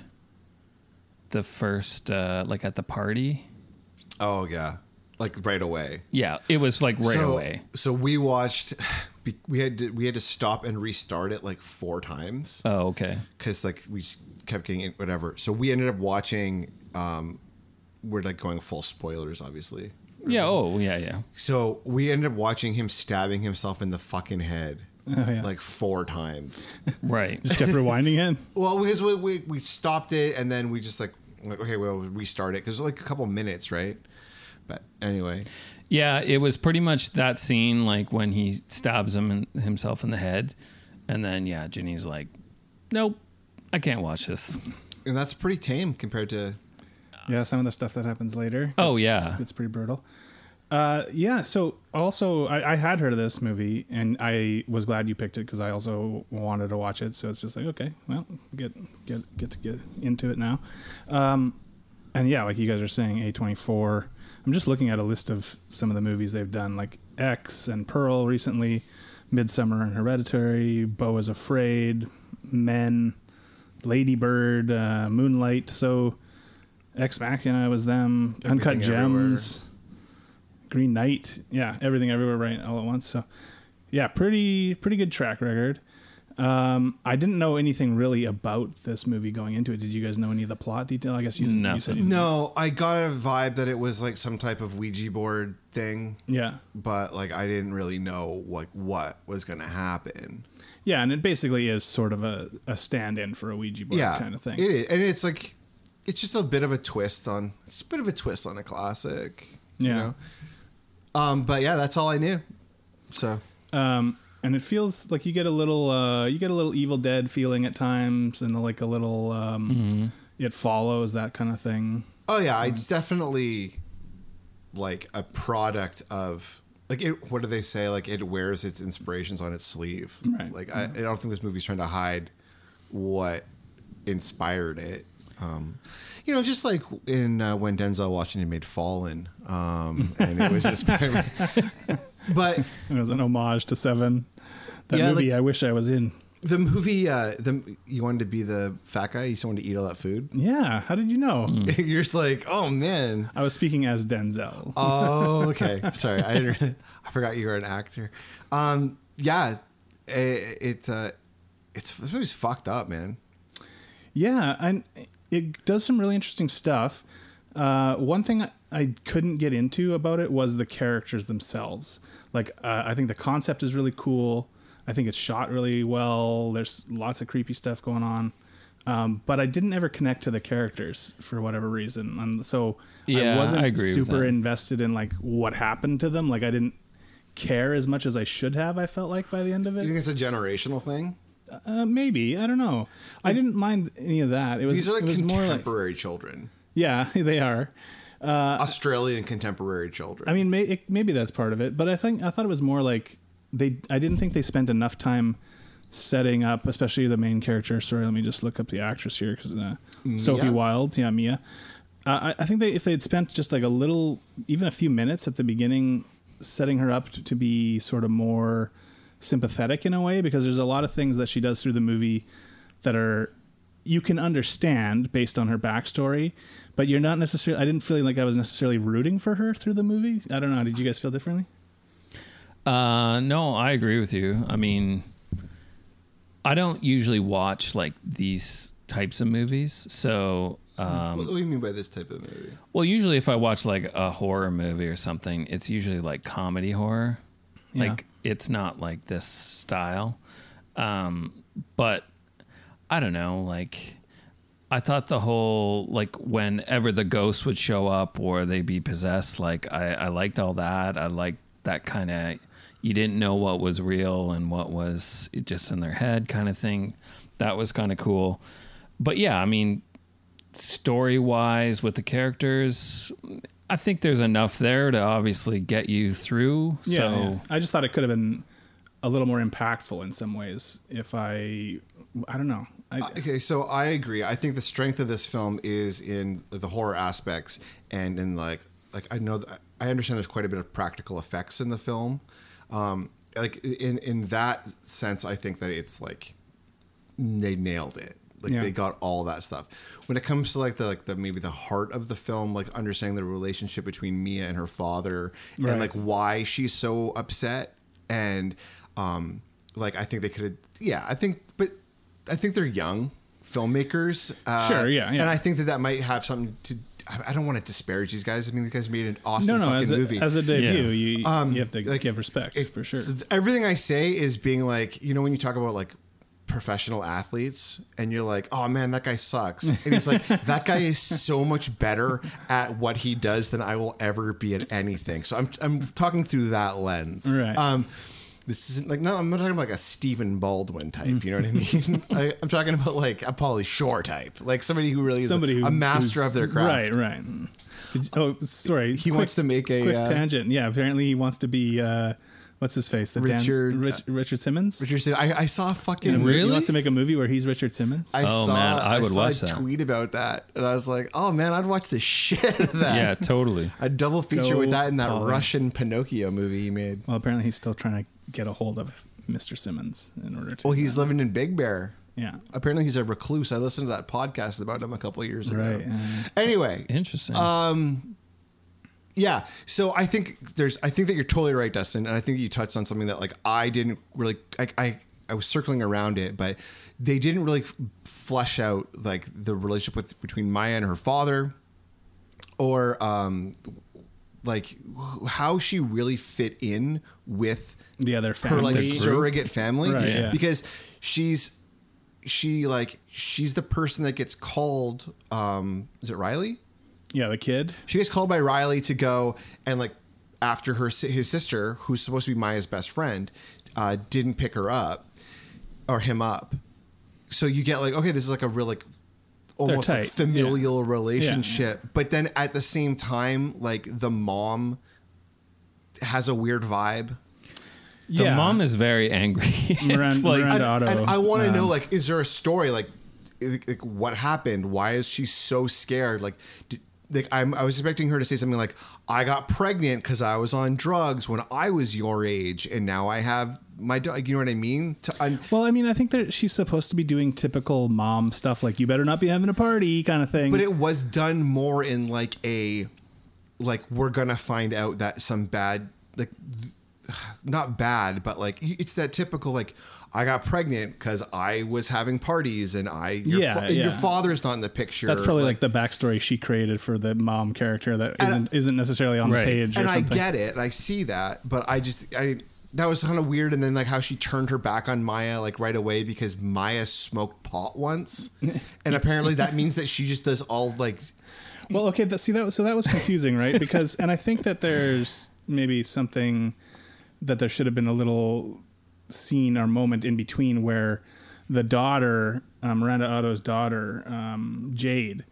Speaker 3: the first, uh, like at the party.
Speaker 5: Oh yeah, like right away.
Speaker 3: Yeah, it was like right
Speaker 5: so,
Speaker 3: away.
Speaker 5: So we watched. be- We had to, we had to stop and restart it like four times
Speaker 3: Oh, okay.
Speaker 5: because like we just kept getting in, whatever. So we ended up watching. Um, we're like going full spoilers, obviously.
Speaker 3: Yeah. Oh, yeah, yeah.
Speaker 5: So we ended up watching him stabbing himself in the fucking head
Speaker 4: Oh, yeah.
Speaker 5: like four times.
Speaker 3: Right.
Speaker 4: Just kept rewinding it.
Speaker 5: Well, because we, we we stopped it and then we just like like okay, well restart it because like a couple minutes, right? But anyway,
Speaker 3: Yeah, it was pretty much that scene, like when he stabs him in, himself in the head, and then yeah, Ginny's like, "Nope, I can't watch this."
Speaker 5: and that's pretty tame compared to
Speaker 4: Yeah, some of the stuff that happens later.
Speaker 3: Oh,
Speaker 4: It's-
Speaker 3: yeah.
Speaker 4: it's pretty brutal. Uh, yeah. So also, I, I had heard of this movie, and I was glad you picked it because I also wanted to watch it. So it's just like, okay, well, get get get to get into it now. Um, and yeah, like you guys are saying, A twenty four. I'm just looking at a list of some of the movies they've done, like X and Pearl recently, Midsummer and Hereditary, Bo is Afraid, Men, Ladybird, uh, Moonlight. So Ex Machina was them, Uncut
Speaker 5: Everything Everywhere.
Speaker 4: Gems, Green Knight. Yeah, everything everywhere right all at once. So yeah, pretty pretty good track record. Um, I didn't know anything really about this movie going into it. Did you guys know any of the plot detail? I guess you didn't. You said you
Speaker 5: No, I got a vibe that it was like some type of Ouija board thing,
Speaker 4: Yeah.
Speaker 5: but like I didn't really know like what was gonna happen.
Speaker 4: Yeah, and it basically is sort of a, a stand in for a Ouija board
Speaker 5: yeah,
Speaker 4: kind of thing.
Speaker 5: It is, and it's like it's just a bit of a twist on it's a bit of a twist on a classic.
Speaker 4: Yeah.
Speaker 5: Um, but yeah, that's all I knew. So
Speaker 4: Um and it feels like you get a little uh you get a little Evil Dead feeling at times and like a little um it follows that kind of thing.
Speaker 5: oh yeah, it's definitely like a product of like it, what do they say? Like it wears its inspirations on its sleeve.
Speaker 4: Right.
Speaker 5: Like I, I don't think this movie's trying to hide what inspired it. Um, you know, just like in uh, when Denzel Washington made Fallen, um, and it was just, but
Speaker 4: And it was an homage to Seven. That
Speaker 5: Yeah,
Speaker 4: movie I wish I was in.
Speaker 5: The movie, uh, the you wanted to be the fat guy. You just wanted to eat all that food.
Speaker 4: Yeah. How did you know?
Speaker 5: You're just like, oh man.
Speaker 4: I was speaking as Denzel.
Speaker 5: Oh, okay. Sorry, I didn't. really- I forgot you were an actor. Um, yeah, it, it uh, it's this movie's fucked up, man.
Speaker 4: Yeah, and it does some really interesting stuff. Uh, one thing I couldn't get into about it was the characters themselves. Like, uh, I think the concept is really cool. I think it's shot really well. There's lots of creepy stuff going on. Um, but I didn't ever connect to the characters for whatever reason, and so
Speaker 3: Yeah,
Speaker 4: I wasn't
Speaker 3: I agree with
Speaker 4: super
Speaker 3: that.
Speaker 4: invested in like what happened to them. Like I didn't care as much as I should have. I felt like by the end of it,
Speaker 5: You think it's a generational thing?
Speaker 4: uh, maybe I don't know. I didn't mind any of that. It was
Speaker 5: These are like
Speaker 4: it was more like
Speaker 5: contemporary children,
Speaker 4: yeah, they are.
Speaker 5: Australian contemporary children.
Speaker 4: I mean, may, it, maybe that's part of it, but I think I thought it was more like they. I didn't think they spent enough time setting up, especially the main character. Sorry, let me just look up the actress here because uh, Sophie Wilde, yeah, Mia. Uh, I, I think they if they had spent just like a little, even a few minutes at the beginning, setting her up to, to be sort of more sympathetic in a way, because there's a lot of things that she does through the movie that are you can understand based on her backstory, but you're not necessarily. I didn't feel like I was necessarily rooting for her through the movie. I don't know. Did you guys feel differently?
Speaker 3: Uh, no, I agree with you. I mean, I don't usually watch like these types of movies. So, um,
Speaker 5: what do you mean by this type of movie?
Speaker 3: well, usually if I watch like a horror movie or something, it's usually like comedy horror.
Speaker 4: Yeah.
Speaker 3: Like it's not like this style. Um, but I don't know, like I thought the whole like whenever the ghost would show up or they'd be possessed, like I, I liked all that. I liked that kind of you didn't know what was real and what was just in their head kind of thing. That was kind of cool. But yeah, I mean, story wise with the characters, I think there's enough there to obviously get you through. so
Speaker 4: I just thought it could have been a little more impactful in some ways. If I, I don't know. I,
Speaker 5: Okay, so I agree. I think the strength of this film is in the horror aspects and in like like I know that, I understand there's quite a bit of practical effects in the film. Um like in in that sense I think that it's like they nailed it. Like
Speaker 4: Yeah.
Speaker 5: they got all that stuff. When it comes to like the like the maybe the heart of the film, like understanding the relationship between Mia and her father,
Speaker 4: Right.
Speaker 5: and like why she's so upset, and um, like I think they could have, yeah, I think, but I think they're young filmmakers. Uh,
Speaker 4: Sure, yeah, yeah.
Speaker 5: and I think that that might have something to. I- I don't want to disparage these guys. I mean, these guys made an awesome
Speaker 4: no, no.
Speaker 5: fucking
Speaker 4: As a,
Speaker 5: movie.
Speaker 4: as a
Speaker 3: Yeah.
Speaker 4: debut, you you have to
Speaker 5: Um, like,
Speaker 4: give respect
Speaker 5: It-
Speaker 4: for sure.
Speaker 5: so everything I say is being like, you know, when you talk about like professional athletes and you're like, oh man, that guy sucks. And it's like, that guy is so much better at what he does than I will ever be at anything. So I'm, I'm talking through that lens.
Speaker 4: Right.
Speaker 5: Um, this isn't like, no, I'm not talking about like a Stephen Baldwin type. You know what I
Speaker 4: Mm.
Speaker 5: mean? I, I'm talking about like a Polly Shore type, like somebody who really is
Speaker 4: Somebody who,
Speaker 5: a master
Speaker 4: who's-
Speaker 5: of their craft.
Speaker 4: Right, right. Did you- Oh, sorry.
Speaker 5: He wants to make a,
Speaker 4: quick
Speaker 5: uh,
Speaker 4: tangent. Yeah, apparently he wants to be. Uh, what's his face? The
Speaker 5: Richard- uh,
Speaker 4: Dan, Rich, Richard Simmons.
Speaker 5: Richard, Simmons- I, I saw a fucking
Speaker 4: He wants to make a movie where he's Richard Simmons.
Speaker 5: I
Speaker 3: Oh,
Speaker 5: saw
Speaker 3: man, I
Speaker 5: I,
Speaker 3: would
Speaker 5: saw
Speaker 3: watch
Speaker 5: a
Speaker 3: that.
Speaker 5: tweet about that, and I was like, "Oh man, I'd watch the shit out of that."
Speaker 3: yeah, totally.
Speaker 5: a double feature
Speaker 4: Go
Speaker 5: with that and that
Speaker 4: Polly.
Speaker 5: Russian Pinocchio movie he made.
Speaker 4: well, apparently he's still trying to get a hold of Mr. Simmons in order to.
Speaker 5: Well, he's living in Big Bear.
Speaker 4: yeah.
Speaker 5: Apparently, he's a recluse. I listened to that podcast about him a couple years ago.
Speaker 4: Right, yeah.
Speaker 5: Anyway,
Speaker 3: Interesting.
Speaker 5: Uh, yeah. So I think there's. I think that you're totally right, Dustin, and I think that you touched on something that like I didn't really. I I, I was circling around it, but they didn't really f- flesh out like the relationship with between Maya and her father, or um, like wh- how she really fit in with
Speaker 4: The other
Speaker 5: her like
Speaker 4: family.
Speaker 5: surrogate family
Speaker 4: Right, yeah.
Speaker 5: because she's she like she's the person that gets called um is it Riley
Speaker 4: Yeah, the kid.
Speaker 5: she gets called by Riley to go and like after her si- his sister, who's supposed to be Maya's best friend, uh, didn't pick her up or him up. So you get like okay, this is like a real like almost like
Speaker 4: tight,
Speaker 5: familial relationship, but then at the same time, like the mom has a weird vibe.
Speaker 3: the mom is very angry.
Speaker 4: Miranda,
Speaker 3: like-
Speaker 4: Miranda
Speaker 5: And,
Speaker 4: Otto.
Speaker 5: and I want to know like, is there a story like, like, like, what happened? Why is she so scared? Like, did, like I'm, I was expecting her to say something like, "I got pregnant because I was on drugs when I was your age, and now I have my dog. You know what I mean? To, I'm,
Speaker 4: Well, I mean, I think that she's supposed to be doing typical mom stuff, like you better not be having a party kind of thing.
Speaker 5: but it was done more in like a like we're gonna find out that some bad like th- not bad but like it's that typical like i got pregnant because i was having parties and i your
Speaker 4: Yeah,
Speaker 5: fa- and your
Speaker 4: yeah.
Speaker 5: father's not in the picture
Speaker 4: that's probably like, the backstory she created for the mom character that isn't, isn't necessarily on the page.
Speaker 5: and
Speaker 4: or
Speaker 5: i
Speaker 4: something.
Speaker 5: get it and i see that but i just i that was kind of weird and then like how she turned her back on maya like right away because maya smoked pot once and apparently that means that she just does all like
Speaker 4: Well, okay. That, see that. was- So that was confusing, right? Because, and I think that there's maybe something that there should have been a little scene or moment in between where the daughter, uh, Miranda Otto's daughter, um, Jade,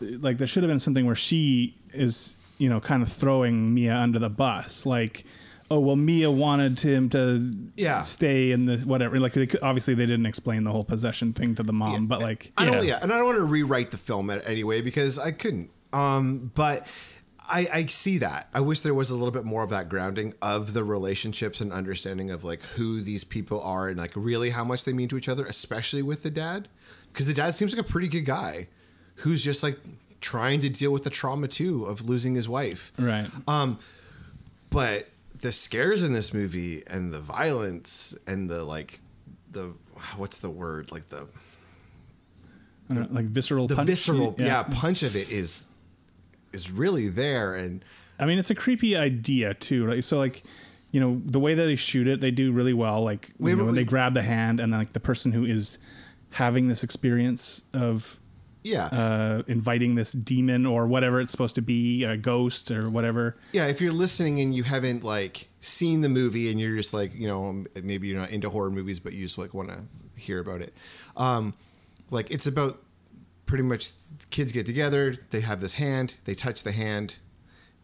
Speaker 4: like there should have been something where she is, you know, kind of throwing Mia under the bus, like. Oh well, Mia wanted him to
Speaker 5: Yeah.
Speaker 4: stay in the whatever. Like they could, obviously they didn't explain the whole possession thing to the mom, but like
Speaker 5: I don't, yeah, and I don't want to rewrite the film a- anyway because I couldn't. Um, but I, I see that. I wish there was a little bit more of that grounding of the relationships and understanding of like who these people are and like really how much they mean to each other, especially with the dad, because the dad seems like a pretty good guy who's just like trying to deal with the trauma too of losing his wife.
Speaker 4: right.
Speaker 5: Um, but the scares in this movie and the violence and the like, the what's the word like the
Speaker 4: I don't know, like visceral,
Speaker 5: the
Speaker 4: punch.
Speaker 5: visceral yeah. punch of it is is really there and
Speaker 4: I mean, it's a creepy idea too, right? So like, you know, the way that they shoot it, they do really well. Like you
Speaker 5: Wait,
Speaker 4: know,
Speaker 5: wait,
Speaker 4: when they
Speaker 5: wait.
Speaker 4: grab the hand and like the person who is having this experience of
Speaker 5: Yeah.
Speaker 4: uh, inviting this demon or whatever it's supposed to be, a ghost or whatever.
Speaker 5: yeah if you're listening and you haven't like seen the movie and you're just like you know m- maybe you're not into horror movies but you just like want to hear about it um like it's about pretty much kids get together they have this hand they touch the hand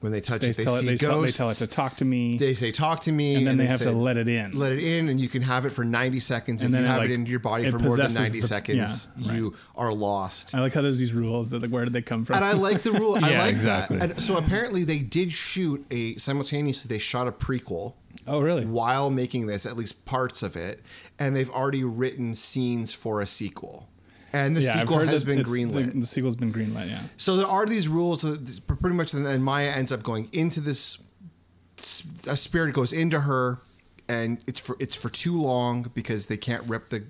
Speaker 5: when they touch
Speaker 4: They,
Speaker 5: it they
Speaker 4: tell it,
Speaker 5: see
Speaker 4: they, tell, they
Speaker 5: ghosts
Speaker 4: tell it to talk to me.
Speaker 5: they say talk to me
Speaker 4: And then they have to let it in.
Speaker 5: let it in and you can have it for 90 seconds
Speaker 4: And
Speaker 5: and if
Speaker 4: then
Speaker 5: you
Speaker 4: it,
Speaker 5: have
Speaker 4: like,
Speaker 5: it in your body
Speaker 4: it
Speaker 5: for more than
Speaker 4: possesses
Speaker 5: 90
Speaker 4: the-
Speaker 5: seconds
Speaker 4: yeah,
Speaker 5: you are lost
Speaker 4: I like how there's these rules that like, where did they come from?
Speaker 5: And I like the rule. I
Speaker 4: Yeah,
Speaker 5: like
Speaker 4: exactly.
Speaker 5: that. And so apparently they did shoot a simultaneously. They shot a prequel.
Speaker 4: Oh really?
Speaker 5: While making this, at least parts of it, and they've already written scenes for a sequel, and the
Speaker 4: Yeah, I've
Speaker 5: sequel
Speaker 4: heard
Speaker 5: has
Speaker 4: that
Speaker 5: been
Speaker 4: it's-
Speaker 5: greenlit.
Speaker 4: The, the sequel's been greenlit. Yeah.
Speaker 5: so there are these rules. That pretty much, and Maya ends up going into this. A spirit goes into her, and it's for it's for too long because they can't rip the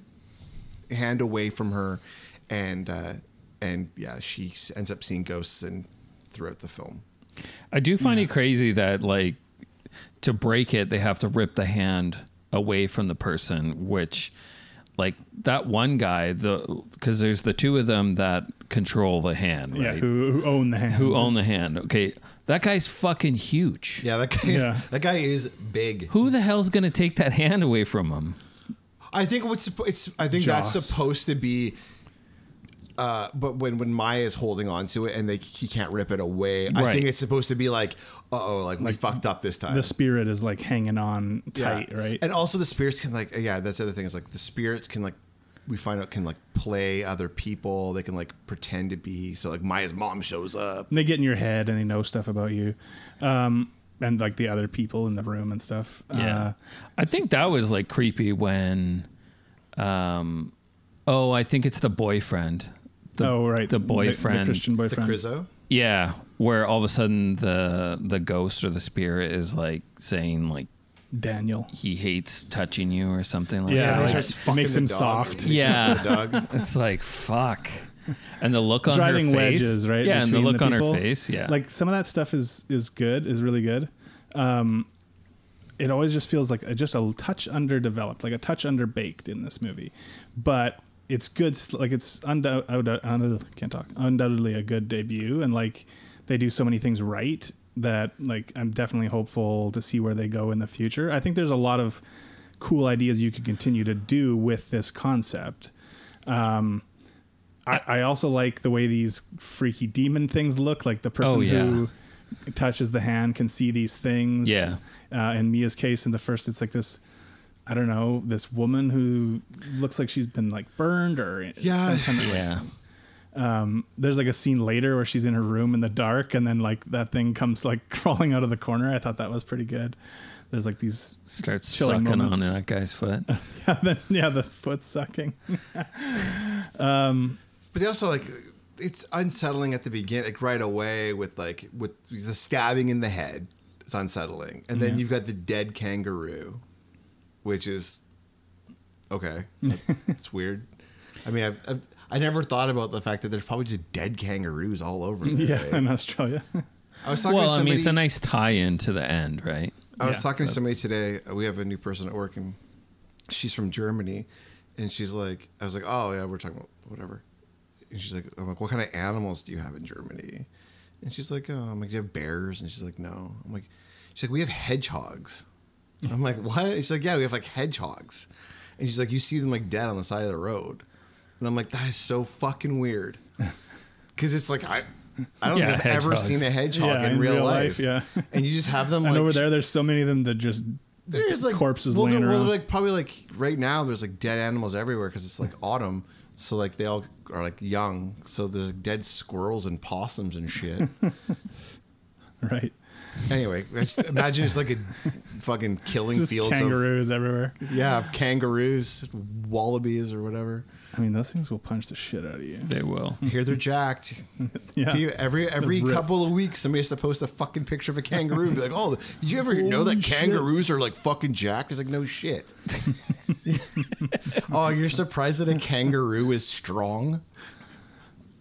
Speaker 5: hand away from her, and uh, and yeah, she s- ends up seeing ghosts and throughout the film.
Speaker 3: I do find it crazy that like to break it, they have to rip the hand away from the person, which like that one guy, the because there's the two of them that control the hand,
Speaker 4: Yeah.
Speaker 3: right?
Speaker 4: Who, Mhm. who own the hand?
Speaker 3: Who own the hand? Okay, that guy's fucking huge.
Speaker 5: Yeah, that guy.
Speaker 4: Yeah.
Speaker 5: That guy is big.
Speaker 3: Who the hell's gonna take that hand away from him?
Speaker 5: I think what's suppo- it's. I think that's
Speaker 4: Joss.
Speaker 5: supposed to be. Uh, but when when Maya is holding on to it and they he can't rip it away, I
Speaker 3: Right.
Speaker 5: think it's supposed to be like, uh oh, like, we fucked up this time.
Speaker 4: The spirit is like hanging on
Speaker 5: Yeah.
Speaker 4: tight, right?
Speaker 5: And also the spirits can like yeah, that's the other thing is like the spirits can like we find out can like play other people. They can like pretend to be so like Maya's mom shows up.
Speaker 4: And they get in your head and they know stuff about you um, and like the other people in the room and stuff uh,
Speaker 3: I think that was like creepy when, um, oh, I think it's the boyfriend. The,
Speaker 4: oh right
Speaker 3: the
Speaker 4: the
Speaker 3: boyfriend.
Speaker 4: christian
Speaker 5: The
Speaker 4: boyfriend
Speaker 5: Grizzo.
Speaker 3: Yeah, where all of a sudden the the ghost or the spirit is like saying like
Speaker 4: daniel
Speaker 3: he hates touching you or something like that.
Speaker 4: Yeah,
Speaker 5: they
Speaker 4: like,
Speaker 3: Like,
Speaker 5: starts
Speaker 4: it
Speaker 5: fucking
Speaker 4: makes
Speaker 5: the
Speaker 4: him
Speaker 5: dog.
Speaker 4: soft.
Speaker 3: Yeah.
Speaker 5: The dog.
Speaker 3: it's like fuck. And the look on
Speaker 4: driving
Speaker 3: her face,
Speaker 4: wedges right
Speaker 3: Yeah, and the
Speaker 4: between
Speaker 3: look on her
Speaker 4: people.
Speaker 3: face, yeah.
Speaker 4: like some of that stuff is is good is really good um, it always just feels like a, just a touch underdeveloped like a touch underbaked in this movie but it's good s- like it's undou- undou- undou- can't talk undoubtedly a good debut and like they do so many things right that like i'm definitely hopeful to see where they go in the future i think there's a lot of cool ideas you could continue to do with this concept Um, I, I also like the way these freaky demon things look. Like the person
Speaker 3: Oh, yeah.
Speaker 4: who touches the hand can see these things.
Speaker 3: Yeah.
Speaker 4: Uh, in Mia's case, in the first, it's like this. I don't know this woman who looks like she's been like burned or
Speaker 5: Yeah.
Speaker 4: some kind of-
Speaker 3: yeah.
Speaker 4: um, there's like a scene later where she's in her room in the dark and then like that thing comes like crawling out of the corner. I thought that was pretty good. There's like these
Speaker 3: starts
Speaker 4: chilling
Speaker 3: sucking
Speaker 4: moments.
Speaker 3: on that guy's foot.
Speaker 4: yeah, the, yeah, the foot sucking.
Speaker 5: um, but also like it's unsettling at the beginning, like right away with like with the stabbing in the head. It's unsettling, and then
Speaker 4: Yeah.
Speaker 5: you've got the dead kangaroo, which is okay. it's weird. I mean, I've, I've, I never thought about the fact that there's probably just dead kangaroos all over. There,
Speaker 4: yeah,
Speaker 5: right?
Speaker 4: in Australia.
Speaker 5: I was talking
Speaker 3: well,
Speaker 5: to
Speaker 3: I mean, it's a
Speaker 5: somebody-
Speaker 3: nice tie-in to the end, right?
Speaker 4: Oh.
Speaker 5: I was talking to
Speaker 3: But-
Speaker 5: somebody today. uh, We have a new person at work, and she's from Germany. And she's like, I was like, oh, yeah, we're talking about whatever. And she's like, I'm like, what kind of animals do you have in Germany? And she's like, oh, I'm like, do you have bears? And she's like, no. I'm like, she's like, we have hedgehogs. And I'm like, what? And she's like, yeah, we have like hedgehogs. And she's like, you see them like dead on the side of the road. And I'm like, that is so fucking weird. Because it's like, I, I don't
Speaker 4: Yeah,
Speaker 5: think I've ever
Speaker 4: hedgehogs.
Speaker 5: seen a hedgehog
Speaker 4: Yeah,
Speaker 5: in, real, life.
Speaker 4: yeah.
Speaker 5: And you just have them
Speaker 4: and
Speaker 5: like
Speaker 4: over there, there's so many of them that just
Speaker 5: there's like
Speaker 4: corpses
Speaker 5: well,
Speaker 4: laying
Speaker 5: there- well,
Speaker 4: around.
Speaker 5: like probably like right now there's like dead animals everywhere because it's like autumn so like they all are like young so there's like, dead squirrels and possums and shit
Speaker 4: right
Speaker 5: anyway I just imagine it's like a fucking killing
Speaker 4: Just
Speaker 5: fields
Speaker 4: kangaroos everywhere
Speaker 5: of yeah of kangaroos wallabies or whatever
Speaker 4: I mean, those things will punch the shit out of you.
Speaker 3: They will.
Speaker 5: here they're jacked
Speaker 4: Yeah.
Speaker 5: Pe- every every
Speaker 4: ripped.
Speaker 5: couple of weeks somebody has to post a fucking picture of a kangaroo and be like oh did you ever know
Speaker 4: Holy
Speaker 5: that
Speaker 4: shit.
Speaker 5: kangaroos are like fucking jacked it's like no shit oh you're surprised that a kangaroo is strong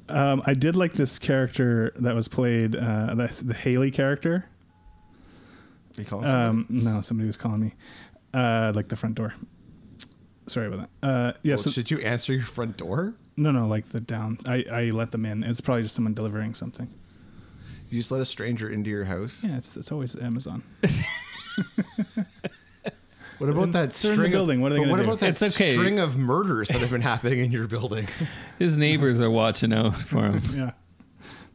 Speaker 4: Um, I did like this character that was played, uh, that's the Haley character.
Speaker 5: Are you calling
Speaker 4: Um,
Speaker 5: somebody?
Speaker 4: no, somebody was calling me, uh, like the front door. Sorry about that. Uh, yeah,
Speaker 5: Well,
Speaker 4: so-
Speaker 5: should you answer your front door?
Speaker 4: no, no, like the down. I, I let them in. It's probably just someone delivering something.
Speaker 5: You just let a stranger into your house.
Speaker 4: Yeah, it's it's always Amazon.
Speaker 5: What about that
Speaker 4: they're in the
Speaker 5: string of-
Speaker 4: building. What are they
Speaker 5: but
Speaker 4: gonna do?
Speaker 5: about that
Speaker 3: It's okay.
Speaker 5: string of murders that have been happening in your building?
Speaker 3: His neighbors are watching out for him.
Speaker 4: yeah,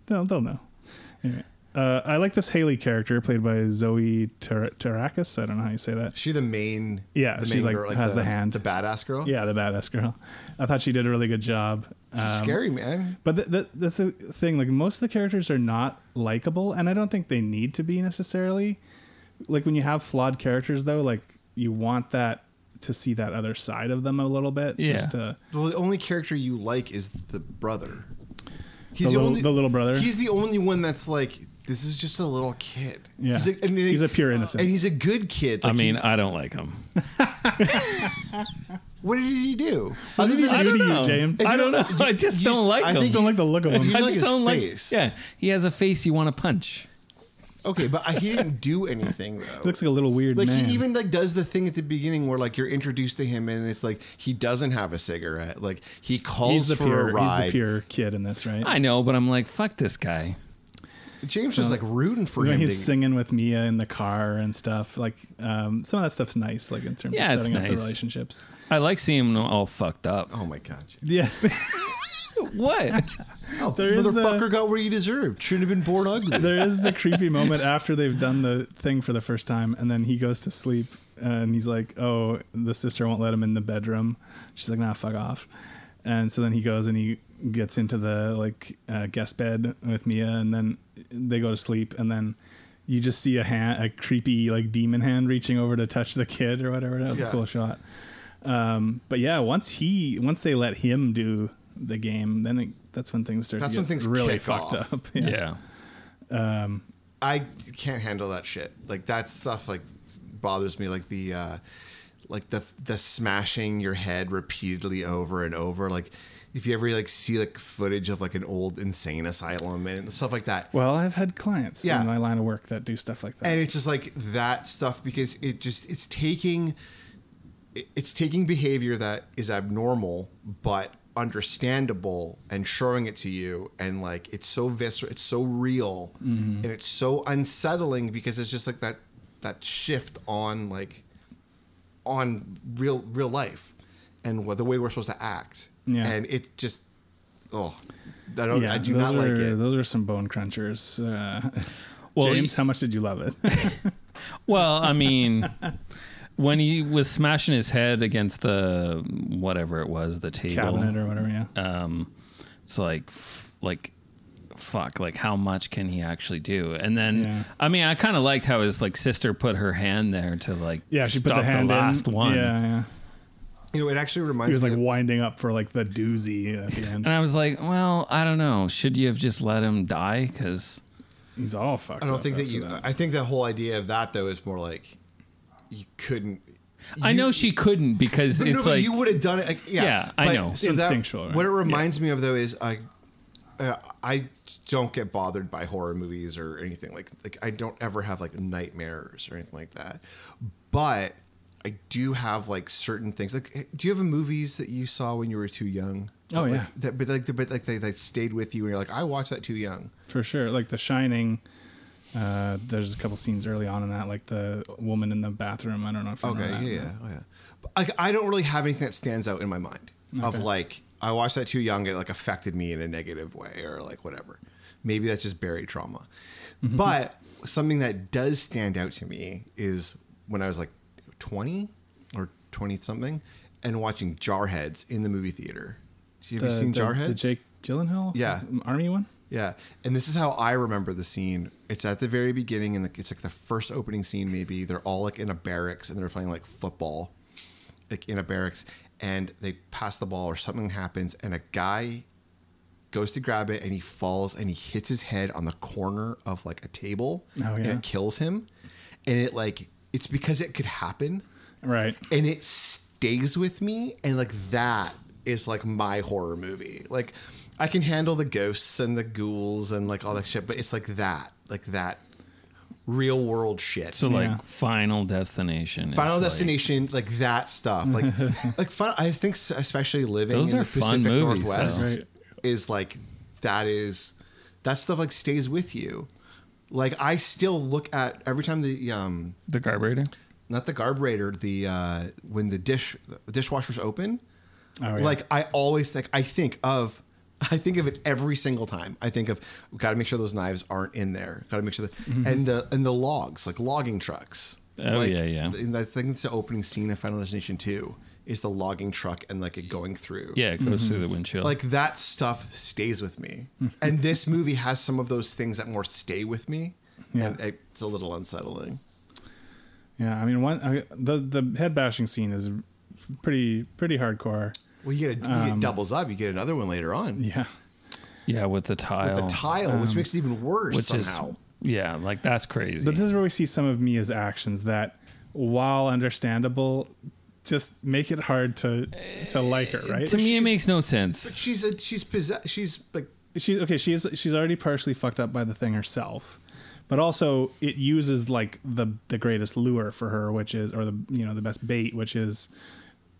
Speaker 4: they'll they'll know. Anyway, uh, I like this Haley character played by Zoe Ter- Terakis. I don't know how you say that.
Speaker 5: Is she the main.
Speaker 4: Yeah,
Speaker 5: the
Speaker 4: she,
Speaker 5: main
Speaker 4: like,
Speaker 5: girl,
Speaker 4: has the hand.
Speaker 5: the badass girl.
Speaker 4: Yeah, the badass girl. I thought she did a really good job. Um,
Speaker 5: She's scary man.
Speaker 4: But th- th- that's the thing. Like most of the characters are not likable, and I don't think they need to be necessarily. Like when you have flawed characters, though, like you want that to see that other side of them a little bit.
Speaker 3: Yeah.
Speaker 4: Just to,
Speaker 5: Well, the only character you like is the brother. He's
Speaker 4: The little- the little brother?
Speaker 5: He's the only one that's like, this is just a little kid.
Speaker 4: Yeah.
Speaker 5: he's a, and they-
Speaker 4: He's a pure innocent.
Speaker 5: and he's a good kid.
Speaker 3: I
Speaker 5: Like,
Speaker 3: mean, I don't like him.
Speaker 5: what did he do?
Speaker 4: what did he
Speaker 3: I
Speaker 4: do
Speaker 3: don't
Speaker 4: to
Speaker 3: know.
Speaker 4: you, James?
Speaker 3: I don't know. I just
Speaker 5: you-
Speaker 3: don't like
Speaker 5: I
Speaker 3: him.
Speaker 5: think
Speaker 4: just don't like the look of him.
Speaker 5: you
Speaker 3: I
Speaker 5: like
Speaker 3: just
Speaker 5: his
Speaker 3: don't like.
Speaker 5: face.
Speaker 3: Yeah, he has a face you want to punch.
Speaker 5: Okay, but he didn't do anything though.
Speaker 4: Looks like a little weird
Speaker 5: like
Speaker 4: man.
Speaker 5: he even like does the thing at the beginning where like you're introduced to him and it's like he doesn't have a cigarette. Like he
Speaker 4: he's
Speaker 5: calls
Speaker 4: the
Speaker 5: for
Speaker 4: pure.
Speaker 5: a
Speaker 4: He's the
Speaker 5: ride.
Speaker 4: pure kid in this, right?
Speaker 3: I know, but I'm like, fuck this guy.
Speaker 5: James was like rooting for
Speaker 4: You know,
Speaker 5: him.
Speaker 4: he's
Speaker 5: to-
Speaker 4: singing with Mia in the car and stuff. Like um, some of that stuff's nice, like in terms
Speaker 3: Yeah,
Speaker 4: of
Speaker 3: it's
Speaker 4: setting up the
Speaker 3: nice.
Speaker 4: relationships.
Speaker 3: I like seeing him all fucked up.
Speaker 5: oh my god! James.
Speaker 4: Yeah,
Speaker 3: What?
Speaker 5: Oh,
Speaker 4: There is
Speaker 5: motherfucker
Speaker 4: the-
Speaker 5: got what he deserved. Shouldn't have been born ugly.
Speaker 4: there is the creepy moment after they've done the thing for the first time, and then he goes to sleep, and he's like, "Oh, the sister won't let him in the bedroom." She's like, "Nah, fuck off." And so then he goes and he gets into the like uh, guest bed with Mia, and then they go to sleep, and then you just see a hand, a creepy like demon hand reaching over to touch the kid or whatever. That was
Speaker 5: Yeah.
Speaker 4: a cool shot. Um, but yeah, once he once they let him do the game, then it, that's when things start
Speaker 5: That's
Speaker 4: to
Speaker 5: when
Speaker 4: get
Speaker 5: things
Speaker 4: really
Speaker 5: kick
Speaker 4: fucked
Speaker 5: off.
Speaker 4: up.
Speaker 3: Yeah.
Speaker 5: I can't handle that shit. Like that stuff like bothers me. Like the uh like the the smashing your head repeatedly over and over. Like if you ever like see like footage of like an old insane asylum and stuff like that.
Speaker 4: Well, I've had clients
Speaker 5: Yeah.
Speaker 4: in my line of work that do stuff like that.
Speaker 5: and it's just like that stuff because it just it's taking it- it's taking behavior that is abnormal but understandable and showing it to you and like it's so visceral it's so real
Speaker 4: Mm-hmm.
Speaker 5: and it's so unsettling because it's just like that that shift on like on real real life and what the way we're supposed to act
Speaker 4: Yeah.
Speaker 5: and it just oh i don't i do not
Speaker 4: those
Speaker 5: like
Speaker 4: are,
Speaker 5: it
Speaker 4: Those are some bone crunchers. Uh,
Speaker 3: Well,
Speaker 4: James,
Speaker 3: y-
Speaker 4: how much did you love it?
Speaker 3: Well, I mean, when he was smashing his head against the whatever it was, the table
Speaker 4: Cabinet or whatever. Yeah.
Speaker 3: um, it's like f- like fuck like how much can he actually do and then i mean i kind of liked how his like sister put her hand there to like
Speaker 4: Yeah, she put
Speaker 3: stop
Speaker 4: the hand in.
Speaker 3: last one
Speaker 4: Yeah, yeah.
Speaker 5: You know, it actually reminds
Speaker 4: He was
Speaker 5: me
Speaker 4: like winding up for like the doozy at the end.
Speaker 3: and i was like well i don't know should you have just let him die because
Speaker 4: he's all fucked
Speaker 5: I don't think that you. I think that whole idea of that though is more like you couldn't.
Speaker 3: i know she couldn't because
Speaker 5: But no,
Speaker 3: it's
Speaker 5: but
Speaker 3: like
Speaker 5: you would have done it. Like, yeah,
Speaker 3: Yeah, I
Speaker 5: but-
Speaker 3: know.
Speaker 5: that-
Speaker 3: Instinctual, right?
Speaker 5: What it reminds me of though is I, uh, I don't get bothered by horror movies or anything like like I don't ever have like nightmares or anything like that, but. I do have like certain things. Like, eh, do you have movies that you saw when you were too young?
Speaker 4: Oh,
Speaker 5: Like,
Speaker 4: yeah.
Speaker 5: that, but like, but like they, they stayed with you, and you're like, I watched that too young.
Speaker 4: for sure. Like The Shining. Uh, there's a couple scenes early on in that, like the woman in the bathroom. I don't know if you
Speaker 5: Okay,
Speaker 4: know that.
Speaker 5: yeah, yeah, oh, yeah. But I, I don't really have anything that stands out in my mind of
Speaker 4: Okay.
Speaker 5: like I watched that too young. It like affected me in a negative way or like whatever. Maybe that's just buried trauma.
Speaker 4: Mm-hmm.
Speaker 5: But something that does stand out to me is when I was like twenty or twenty something and watching Jarheads in the movie theater. Have you
Speaker 4: The-
Speaker 5: seen
Speaker 4: the-
Speaker 5: Jarheads?
Speaker 4: The Jake Gyllenhaal.
Speaker 5: Yeah.
Speaker 4: army one.
Speaker 5: Yeah, and this is how I remember the scene. It's at the very beginning, and it's like the first opening scene. Maybe they're all like in a barracks, and they're playing like football, like in a barracks, and they pass the ball, or something happens, and a guy goes to grab it, and he falls, and he hits his head on the corner of like a table,
Speaker 4: Oh,
Speaker 5: and
Speaker 4: yeah.
Speaker 5: it kills him, and it like it's because it could happen,
Speaker 4: Right.
Speaker 5: and it stays with me and like that is like my horror movie like i can handle the ghosts and the ghouls and like all that shit but it's like that like that real world shit
Speaker 3: so like final destination is,
Speaker 5: Final
Speaker 3: like-
Speaker 5: Destination, like that stuff, like like fun, I think s- especially living
Speaker 3: Those
Speaker 5: in
Speaker 3: are
Speaker 5: the
Speaker 3: fun
Speaker 5: Pacific
Speaker 3: movies,
Speaker 5: Northwest
Speaker 3: though. Right.
Speaker 5: is like that is that stuff like stays with you. Like I still look at every time the um
Speaker 3: the carburetor,
Speaker 5: not the carburetor, the uh when the dish the dishwasher's open.
Speaker 4: Oh, yeah.
Speaker 5: Like I always think I think of I think of it every single time. I think of got to make sure those knives aren't in there. Got to make sure that and the and the logs like logging trucks.
Speaker 3: Mm-hmm. Oh,
Speaker 5: Like,
Speaker 3: yeah, yeah.
Speaker 5: And I think it's the opening scene of Final Destination Two is the logging truck and like it going through.
Speaker 3: yeah it
Speaker 4: Mm-hmm.
Speaker 3: goes through the windshield
Speaker 5: Like that stuff stays with me, and this movie has some of those things that more stay with me, and it's a little unsettling.
Speaker 4: Yeah, I mean, one I, the the head bashing scene is pretty pretty hardcore.
Speaker 5: Well, you get, a, you get doubles up. You get another one later on.
Speaker 4: Yeah,
Speaker 3: yeah with the tile
Speaker 5: The tile, which makes it even worse
Speaker 3: which
Speaker 5: somehow.
Speaker 3: is yeah like that's crazy
Speaker 4: but this is where we see some of Mia's actions that, while understandable, just make it hard to to like her. Right?
Speaker 3: to me it
Speaker 5: she's-
Speaker 3: makes no
Speaker 5: But
Speaker 3: sense
Speaker 5: she's a, she's possessed. She's like
Speaker 4: she's okay she's she's already partially fucked up by the thing herself but also it uses like the the greatest lure for her which is or the you know the best bait which is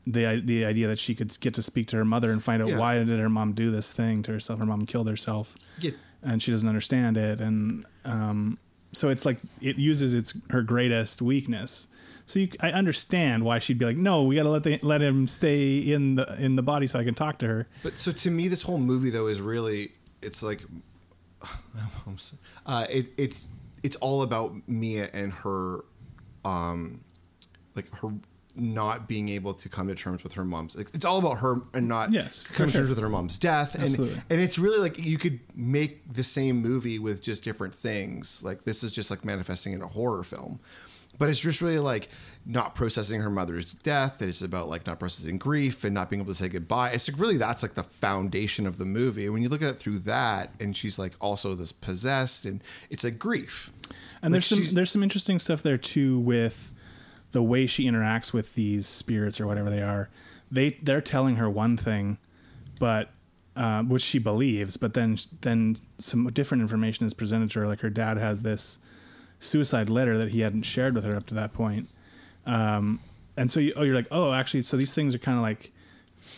Speaker 4: the i- the idea that she could get to speak to her mother and find out
Speaker 5: Yeah.
Speaker 4: why did her mom do this thing to herself her mom killed herself
Speaker 5: Yeah.
Speaker 4: and she doesn't understand it and um so it's like it uses its her greatest weakness so you, I understand why she'd be like, no, we gotta let the, let him stay in the in the body so I can talk to her.
Speaker 5: But so to me, this whole movie though is really it's like I'm s- uh, it, it's it's all about Mia and her, um, like her not being able to come to terms with her mom's. Like, it's all about her and not
Speaker 4: Yes, for
Speaker 5: come to terms
Speaker 4: sure.
Speaker 5: with her mom's death. And
Speaker 4: Absolutely.
Speaker 5: and it's really like you could make the same movie with just different things. Like this is just like manifesting in a horror film. But it's just really like not processing her mother's death. and It's about like not processing grief and not being able to say goodbye. It's like really that's like the foundation of the movie. And when you look at it through that, and she's like also this possessed, and it's like grief.
Speaker 4: And there's
Speaker 5: Like,
Speaker 4: some
Speaker 5: she-
Speaker 4: there's some interesting stuff there too with the way she interacts with these spirits or whatever they are. They they're telling her one thing, but uh, which she believes, but then then some different information is presented to her. Like her dad has this suicide letter that he hadn't shared with her up to that point. Um, and so you, oh, you're like, oh, actually, so these things are kind of like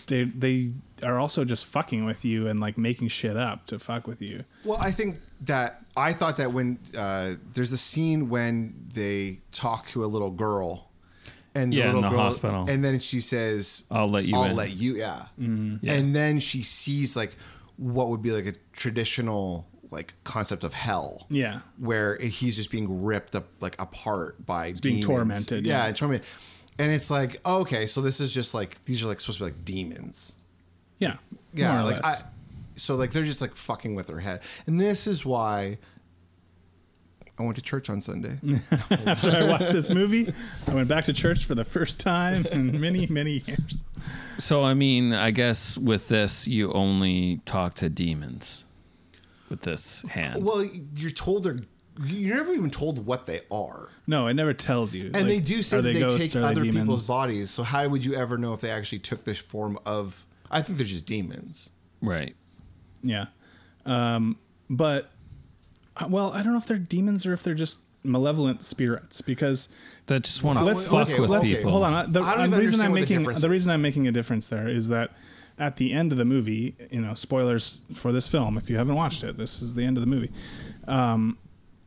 Speaker 4: they they are also just fucking with you and like making shit up to fuck with you.
Speaker 5: Well, I think that I thought that when uh, there's the scene when they talk to a little girl, and
Speaker 3: Yeah,
Speaker 5: the
Speaker 3: in
Speaker 5: little
Speaker 3: the
Speaker 5: girl,
Speaker 3: hospital.
Speaker 5: and then she says,
Speaker 3: I'll let you
Speaker 5: I'll
Speaker 3: in." Mm-hmm.
Speaker 5: let you, yeah.
Speaker 3: Yeah.
Speaker 5: And then she sees like what would be like a traditional like concept of hell,
Speaker 4: Yeah.
Speaker 5: where he's just being ripped up like apart by
Speaker 4: being
Speaker 5: demons.
Speaker 4: tormented,
Speaker 5: yeah,
Speaker 4: yeah.
Speaker 5: and tormented. And it's like okay, so this is just like these are like supposed to be like demons,
Speaker 4: Yeah,
Speaker 5: yeah,
Speaker 4: more or
Speaker 5: like I,
Speaker 4: less.
Speaker 5: So like they're just like fucking with her head, and this is why I went to church on Sunday.
Speaker 4: After I watched this movie, I went back to church for the first time in many, many years.
Speaker 3: So I mean, I guess with this, you only talk to demons with this hand.
Speaker 5: Well, you're told they're. You're never even told what they are,
Speaker 4: No, it never tells you.
Speaker 5: and
Speaker 4: Like,
Speaker 5: they do say
Speaker 4: are
Speaker 5: that they
Speaker 4: ghosts?
Speaker 5: take
Speaker 4: Are they
Speaker 5: other
Speaker 4: demons?
Speaker 5: people's bodies. So how would you ever know if they actually took this form of? I think they're just demons.
Speaker 3: Right.
Speaker 4: Yeah. Um, but, uh, well, I don't know if they're demons or if they're just malevolent spirits because
Speaker 3: that just wanna fuck with people.
Speaker 4: Hold on. uh, The,
Speaker 5: I
Speaker 4: uh,
Speaker 5: don't even
Speaker 4: the reason I'm
Speaker 5: understand what the
Speaker 4: making
Speaker 5: difference
Speaker 4: the, reason I'm making a difference there is that at the end of the movie, you know, spoilers for this film. If you haven't watched it, this is the end of the movie. Um,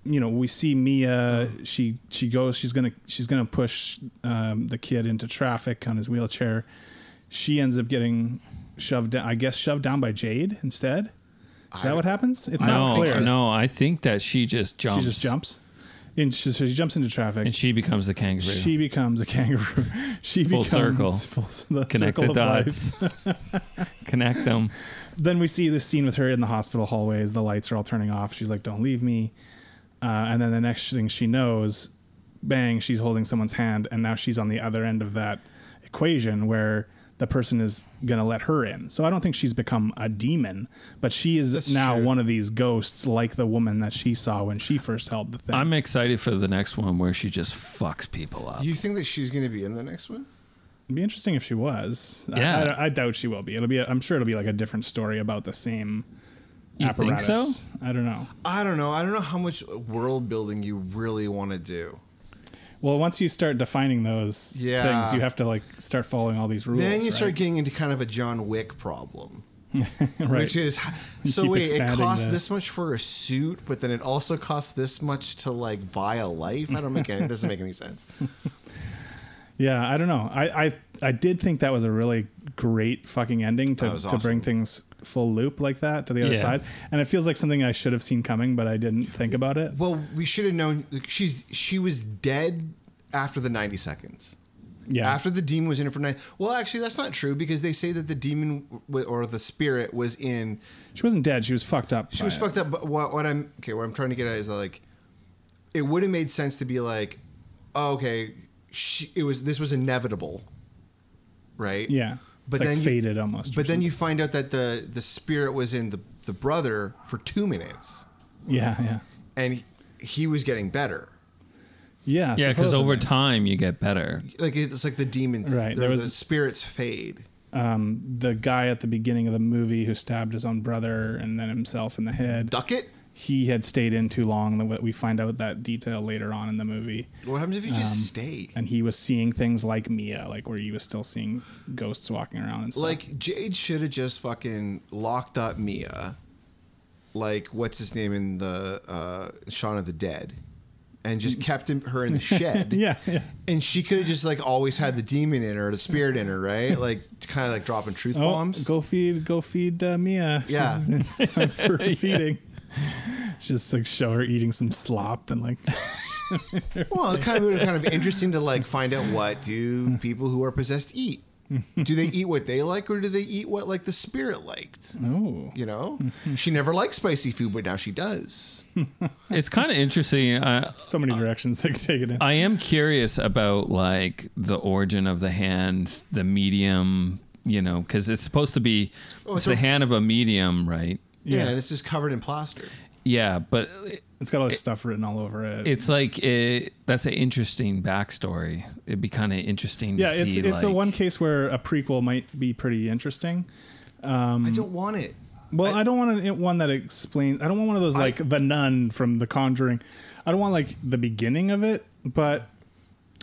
Speaker 4: you know, we see Mia. She she goes. She's gonna she's gonna push um, the kid into traffic on his wheelchair. She ends up getting shoved down. I guess shoved down by Jade instead. Is that what happens? It's
Speaker 3: no,
Speaker 4: not clear.
Speaker 3: no. I think that she just jumps.
Speaker 4: She just jumps. And she, so she jumps into traffic.
Speaker 3: and she becomes a kangaroo.
Speaker 4: She becomes a kangaroo. She
Speaker 3: Full
Speaker 4: becomes
Speaker 3: circle.
Speaker 4: Full, the
Speaker 3: Connect
Speaker 4: circle
Speaker 3: the
Speaker 4: of life.
Speaker 3: dots. Connect them.
Speaker 4: Then we see this scene with her in the hospital hallways. The lights are all turning off. She's like, "Don't leave me." Uh, and then the next thing she knows, bang! She's holding someone's hand, and now she's on the other end of that equation where the person is gonna let her in. So I don't think she's become a demon, but she is now one of these ghosts, like the woman that she saw when she first held the thing.
Speaker 3: I'm excited for the next one where she just fucks people up.
Speaker 5: You think that she's going to be in the next one?
Speaker 4: It'd be interesting if she was. I-
Speaker 3: Yeah.
Speaker 4: I, I, doubt she will be. It'll be. A, I'm sure it'll be like a different story about the same.
Speaker 3: You think
Speaker 4: apparatus. I don't know.
Speaker 5: I don't know. I don't know how much world building you really want to do.
Speaker 4: Well, once you start defining those
Speaker 5: Yeah.
Speaker 4: things, you have to like start following all these rules.
Speaker 5: then you
Speaker 4: right?
Speaker 5: start getting into kind of a John Wick problem.
Speaker 4: Right.
Speaker 5: Which is
Speaker 4: You
Speaker 5: so
Speaker 4: keep
Speaker 5: wait, it
Speaker 4: expanding
Speaker 5: costs
Speaker 4: the-
Speaker 5: this much for a suit, but then it also costs this much to like buy a life. I don't make any. It doesn't make any sense.
Speaker 4: Yeah, I don't know. I, I I did think that was a really great fucking ending to,
Speaker 5: That was
Speaker 4: to bring
Speaker 5: awesome.
Speaker 4: things full loop like that to the other
Speaker 5: Yeah.
Speaker 4: side, and it feels like something I should have seen coming, but I didn't think about it.
Speaker 5: Well, we should have known. like, She's she was dead after the ninety seconds.
Speaker 4: Yeah.
Speaker 5: After the demon was in it for nine. Well, actually, that's not true because they say that the demon w- or the spirit was in
Speaker 4: She wasn't dead. She was fucked up.
Speaker 5: She
Speaker 4: by
Speaker 5: was
Speaker 4: it.
Speaker 5: fucked up. But what, what I'm okay, what I'm trying to get at is that, like, it would have made sense to be like, oh, okay, she, it was this was inevitable, right?
Speaker 4: Yeah. It's like
Speaker 5: you-
Speaker 4: fated almost or
Speaker 5: But then you find out that the the spirit was in the the brother for two minutes,
Speaker 4: Yeah, yeah,
Speaker 5: and he, he was getting better.
Speaker 4: yeah.
Speaker 3: Yeah, because over
Speaker 4: supposedly.
Speaker 3: time you get better.
Speaker 5: Like it's like the demons,
Speaker 4: Right, there
Speaker 5: There
Speaker 4: was-
Speaker 5: was the spirits fade.
Speaker 4: um, the guy at the beginning of the movie who stabbed his own brother and then himself in the head.
Speaker 5: Duckett.
Speaker 4: He had stayed in too long. The- We find out that detail later on in the movie.
Speaker 5: What happens if you just stay?
Speaker 4: And he was seeing things like Mia, like where he was still seeing ghosts walking around and stuff.
Speaker 5: Like Jade should have just fucking locked up Mia, like what's his name in the uh, Shaun of the Dead, and just kept him, her in the shed.
Speaker 4: Mm. yeah, yeah.
Speaker 5: And she could have just like always had the demon in her, the spirit in her, right? Like kind of like dropping truth
Speaker 4: Oh,
Speaker 5: bombs.
Speaker 4: go feed, go feed uh, Mia.
Speaker 5: Yeah.
Speaker 4: She's- time for feeding. Just like show her eating some slop and like
Speaker 5: Well, it kind of would have kind of interesting to like find out what do people who are possessed eat. Do they eat what they like, or do they eat what like the spirit liked?
Speaker 4: No,
Speaker 5: you know, she never liked spicy food, but now she does.
Speaker 3: It's kind of interesting. I,
Speaker 4: so many directions they could take it in.
Speaker 3: I am curious about like the origin of the hand, the medium, you know, because it's supposed to be
Speaker 5: Oh,
Speaker 3: it's
Speaker 5: so-
Speaker 3: the hand of a medium, right?
Speaker 5: yeah, and it's just covered in plaster.
Speaker 3: Yeah, but it-
Speaker 4: It's got all this stuff written all over it.
Speaker 3: it's like it, that's an interesting backstory. It'd be kind of interesting.
Speaker 4: yeah,
Speaker 3: to
Speaker 4: it's
Speaker 3: see, like,
Speaker 4: it's a one case where a prequel might be pretty interesting.
Speaker 5: I
Speaker 4: Mm.
Speaker 5: don't want it.
Speaker 4: Well, I, don't want an, one that explains. I don't want one of those like the nun from The Conjuring. I don't want like the beginning of it, but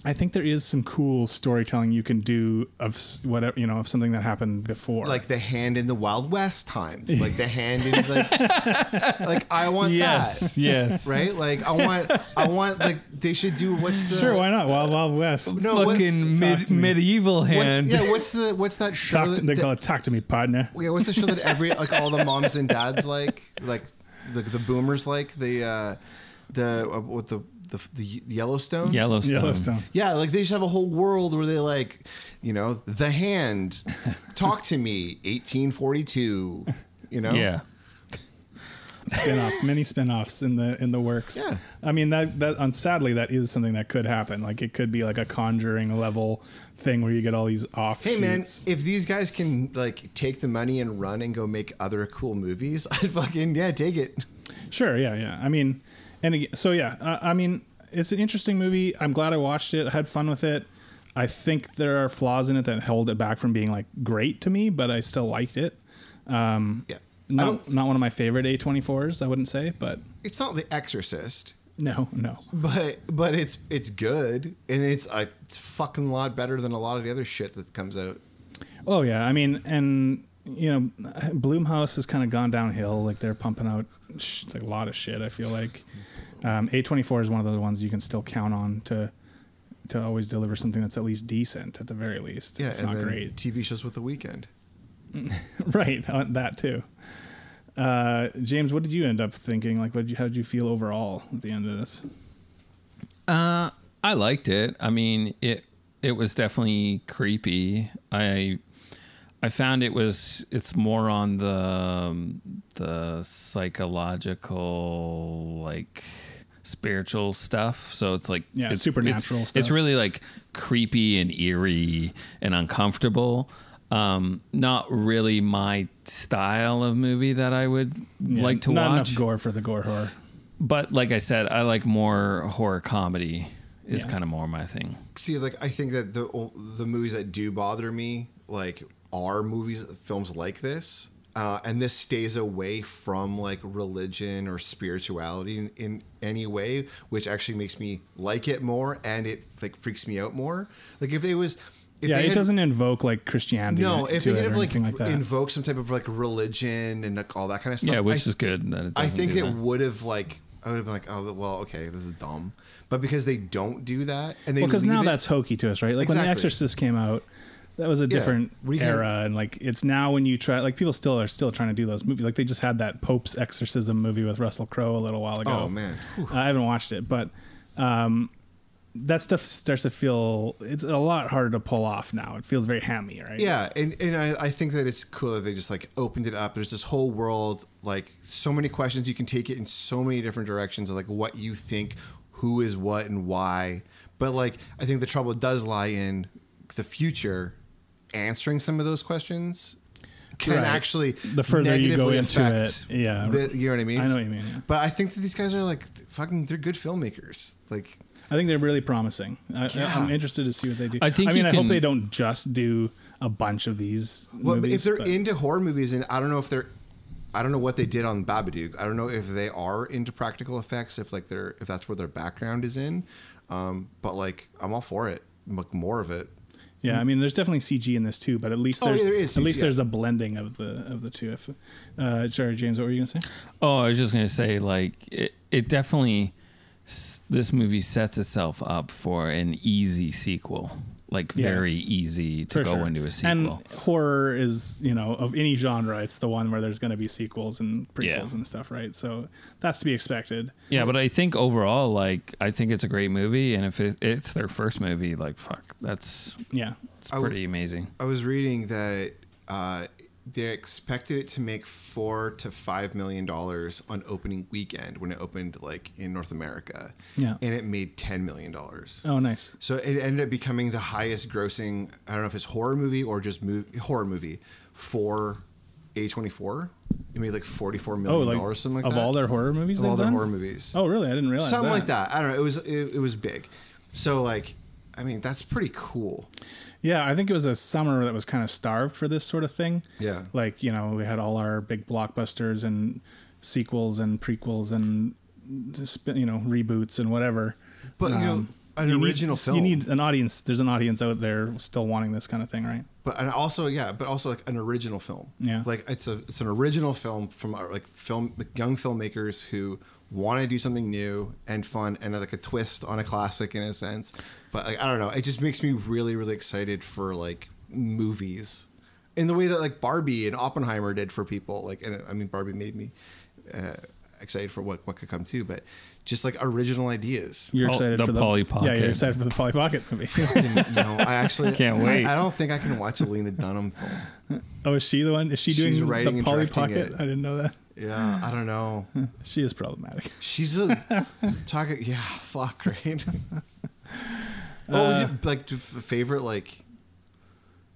Speaker 4: I think there is some cool storytelling you can do of s- whatever you know of something that happened before.
Speaker 5: like the hand in the Wild West times, like the hand in like, like I want
Speaker 3: Yes,
Speaker 5: that,
Speaker 3: yes,
Speaker 5: right? Like I want, I want like they should do what's the
Speaker 4: sure, why not? Wild Wild West.
Speaker 5: no what-
Speaker 3: Fucking
Speaker 4: Talk
Speaker 3: mid,
Speaker 4: to me.
Speaker 3: medieval
Speaker 5: what's,
Speaker 3: hand.
Speaker 5: yeah what's the what's that show
Speaker 4: Talk to,
Speaker 5: that,
Speaker 4: they
Speaker 5: that-
Speaker 4: call it "Talk to Me, Partner."
Speaker 5: yeah what's the show that every like all the moms and dads like like the the boomers like the uh the uh, what the the, the Yellowstone
Speaker 3: Yellowstone.
Speaker 4: Yellowstone.
Speaker 5: Yeah, like they just have a whole world where they like, you know, the hand, talk to me, 1842. You know?
Speaker 3: Yeah.
Speaker 4: spin-offs, many spin-offs in the in the works.
Speaker 5: Yeah.
Speaker 4: I mean that that and sadly that is something that could happen. Like it could be like a conjuring level thing where you get all these offshoots.
Speaker 5: Hey man, if these guys can like take the money and run and go make other cool movies, I'd fucking yeah take it.
Speaker 4: Sure, yeah, yeah. I mean, and again, so yeah, uh, I mean, it's an interesting movie. I'm glad I watched it. I had fun with it. I think there are flaws in it that held it back from being like great to me, but I still liked it. Um,
Speaker 5: yeah,
Speaker 4: not not one of my favorite A24s. I wouldn't say, but
Speaker 5: It's not The Exorcist,
Speaker 4: no, no.
Speaker 5: but but it's it's good and it's a it's fucking lot better than a lot of the other shit that comes out.
Speaker 4: Oh yeah, I mean, and you know, Bloomhouse has kind of gone downhill. Like they're pumping out sh- like, a lot of shit. I feel like um, A24 is one of those ones you can still count on to to always deliver something that's at least decent, at the very least.
Speaker 5: Yeah,
Speaker 4: it's
Speaker 5: and
Speaker 4: not
Speaker 5: then
Speaker 4: great,
Speaker 5: TV shows with the weekend.
Speaker 4: right? uh, That too. Uh, James, what did you end up thinking? Like, what did you, how did you feel overall at the end of this?
Speaker 3: Uh, I liked it. I mean, it it was definitely creepy. I I found it was it's more on the um, the psychological like spiritual stuff. So it's like
Speaker 4: Yeah,
Speaker 3: it's,
Speaker 4: supernatural
Speaker 3: it's-
Speaker 4: stuff.
Speaker 3: It's really like creepy and eerie and uncomfortable. Um, not really my style of movie that I would
Speaker 4: Yeah,
Speaker 3: like to
Speaker 4: not
Speaker 3: watch
Speaker 4: enough gore for the gore horror.
Speaker 3: but like I said, I like more horror comedy. Is
Speaker 4: Yeah.
Speaker 3: kind of more my thing.
Speaker 5: See, like I think that the the movies that do bother me like are movies films like this. Uh, and this stays away from like religion or spirituality in, in any way, which actually makes me like it more, and it like freaks me out more. Like if it was, if
Speaker 4: yeah,
Speaker 5: they
Speaker 4: it
Speaker 5: had-
Speaker 4: doesn't invoke like Christianity.
Speaker 5: No,
Speaker 4: to
Speaker 5: if they
Speaker 4: it
Speaker 5: could
Speaker 4: or
Speaker 5: have like,
Speaker 4: anything like that.
Speaker 5: invoke some type of like religion and like, all that kind of stuff,
Speaker 3: yeah, which
Speaker 5: I,
Speaker 3: is good. That it
Speaker 5: I
Speaker 3: doesn't
Speaker 5: think
Speaker 3: do
Speaker 5: it
Speaker 3: that.
Speaker 5: would have like I would have been like, oh well, okay, this is dumb. But because they don't do that, and they
Speaker 4: Well, because
Speaker 5: leave
Speaker 4: now
Speaker 5: it-
Speaker 4: that's hokey to us, right? Like when The
Speaker 5: Exactly.
Speaker 4: Exorcist came out, that was a different
Speaker 5: Where you can-
Speaker 4: era, and like it's now when you try, like people still are still trying to do those movies. Like they just had that Pope's exorcism movie with Russell Crowe a little while ago.
Speaker 5: Oh, man. Whew.
Speaker 4: I haven't watched it, but um, that stuff starts to feel it's a lot harder to pull off now. It feels very hammy, right?
Speaker 5: Yeah, and, and I, I think that it's cool that they just like opened it up. There's this whole world, like so many questions. You can take it in so many different directions, of, like what you think, who is what, and why. But like, I think the trouble does lie in the future answering some of those questions can
Speaker 4: Right.
Speaker 5: actually
Speaker 4: The further you go
Speaker 5: negatively
Speaker 4: into
Speaker 5: affect
Speaker 4: it, yeah.
Speaker 5: the- you know what I mean.
Speaker 4: I know what you mean, yeah.
Speaker 5: But I think that these guys are like th- fucking. They're good filmmakers. Like
Speaker 4: I think they're really promising. I, I'm interested to see what they do.
Speaker 3: I think
Speaker 4: I mean,
Speaker 3: you
Speaker 4: I hope
Speaker 3: can-
Speaker 4: they don't just do a bunch of these.
Speaker 5: Well,
Speaker 4: movies,
Speaker 5: if they're
Speaker 4: but-
Speaker 5: into horror movies, and I don't know if they're, I don't know what they did on Babadook. I don't know if they are into practical effects. If like they're, if that's where their background is in, um, but like I'm all for it. Like more of it.
Speaker 3: Mm.
Speaker 4: Yeah, I mean, there's definitely CG in this too, but at least
Speaker 5: Oh,
Speaker 4: there's
Speaker 5: yeah, there is
Speaker 4: at
Speaker 5: CG,
Speaker 4: least
Speaker 5: yeah.
Speaker 4: there's a blending of the of the two. If uh, sorry, James, what were you gonna say?
Speaker 3: Oh, I was just gonna say, like it, it definitely s- this movie sets itself up for an easy sequel, like
Speaker 4: Yeah.
Speaker 3: very easy to
Speaker 4: For
Speaker 3: go
Speaker 4: sure.
Speaker 3: into a sequel.
Speaker 4: And horror is you know of any genre, it's the one where there's gonna be sequels and prequels
Speaker 3: Yeah.
Speaker 4: and stuff, right? So that's to be expected.
Speaker 3: yeah, but I think overall, like I think it's a great movie, and if it, it's their first movie, like fuck, that's
Speaker 4: Yeah,
Speaker 3: it's
Speaker 5: w-
Speaker 3: pretty amazing.
Speaker 5: I was reading that uh, they expected it to make four to five million dollars on opening weekend when it opened like in North America.
Speaker 4: Yeah.
Speaker 5: and it made ten million dollars.
Speaker 4: Oh, nice.
Speaker 5: So it ended up becoming the highest grossing. I don't know if it's horror movie or just movie, horror movie for A24. It made like forty four
Speaker 4: Oh,
Speaker 5: million
Speaker 4: like,
Speaker 5: dollars, something like
Speaker 4: of
Speaker 5: that.
Speaker 4: all their horror movies,
Speaker 5: of all
Speaker 4: they've
Speaker 5: their
Speaker 4: done?
Speaker 5: horror movies,
Speaker 4: Oh, really? I didn't realize
Speaker 5: something
Speaker 4: that.
Speaker 5: like that. I don't know. It was it, it was big. So like, I mean, that's pretty cool.
Speaker 4: Yeah, I think it was a summer that was kind of starved for this sort of thing.
Speaker 5: Yeah.
Speaker 4: Like, you know, we had all our big blockbusters and sequels and prequels and, just, you know, reboots and whatever.
Speaker 5: But, you know, an
Speaker 4: need-
Speaker 5: original
Speaker 4: You
Speaker 5: film.
Speaker 4: need an audience. There's an audience out there still wanting this kind of thing, right?
Speaker 5: But and also yeah, but also like an original film.
Speaker 4: Yeah.
Speaker 5: like it's a it's an original film from uh, like film like, young filmmakers who want to do something new and fun and uh, like a twist on a classic in a sense. But like I don't know, it just makes me really really excited for like movies in the way that like Barbie and Oppenheimer did for people. Like and I mean Barbie made me uh, excited for what what could come too, but just like original ideas.
Speaker 4: You're
Speaker 3: Oh,
Speaker 4: excited
Speaker 3: the
Speaker 4: for the
Speaker 3: Polly
Speaker 4: Yeah,
Speaker 3: Pocket.
Speaker 4: you're excited for the Polly Pocket movie.
Speaker 5: no, I actually
Speaker 3: Can't wait.
Speaker 5: I, I don't think I can watch a Lena Dunham film.
Speaker 4: Oh, is she the one? Is she doing
Speaker 5: She's writing
Speaker 4: the
Speaker 5: and
Speaker 4: Polly
Speaker 5: directing
Speaker 4: Pocket?
Speaker 5: it.
Speaker 4: I didn't know that.
Speaker 5: Yeah, I don't know.
Speaker 4: She is problematic.
Speaker 5: She's a talking. Yeah, fuck, right? oh, would
Speaker 4: Uh,
Speaker 5: you, like do f- favorite like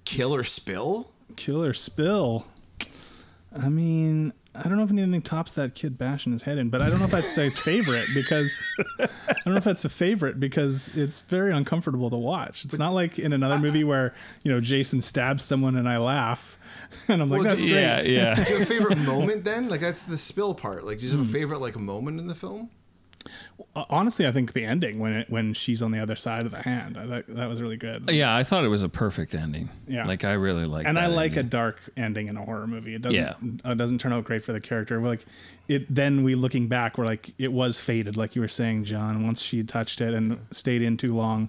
Speaker 5: killer spill?
Speaker 4: Killer Spill. I mean, I don't know if anything tops that kid bashing his head in, but I don't know if that's a favorite because I don't know if that's a favorite because it's very uncomfortable to watch. It's not like in another movie where you know Jason stabs someone and I laugh, and I'm like,
Speaker 5: Well,
Speaker 4: that's
Speaker 5: do-
Speaker 4: great.
Speaker 3: Yeah, yeah.
Speaker 5: Do you have a favorite moment then? Like that's the spill part. Like, do you have
Speaker 4: Hmm.
Speaker 5: a favorite like moment in the film?
Speaker 4: Honestly, I think the ending when it, when she's on the other side of the hand, I, that, that was really good.
Speaker 3: Yeah, I thought it was a perfect ending.
Speaker 4: Yeah.
Speaker 3: like I really like.
Speaker 4: and I
Speaker 3: that
Speaker 4: like
Speaker 3: ending.
Speaker 4: a dark ending in a horror movie. It doesn't
Speaker 3: Yeah.
Speaker 4: it doesn't turn out great for the character. We're like it then we looking back, we're like it was fated, like you were saying, John. Once she touched it and stayed in too long,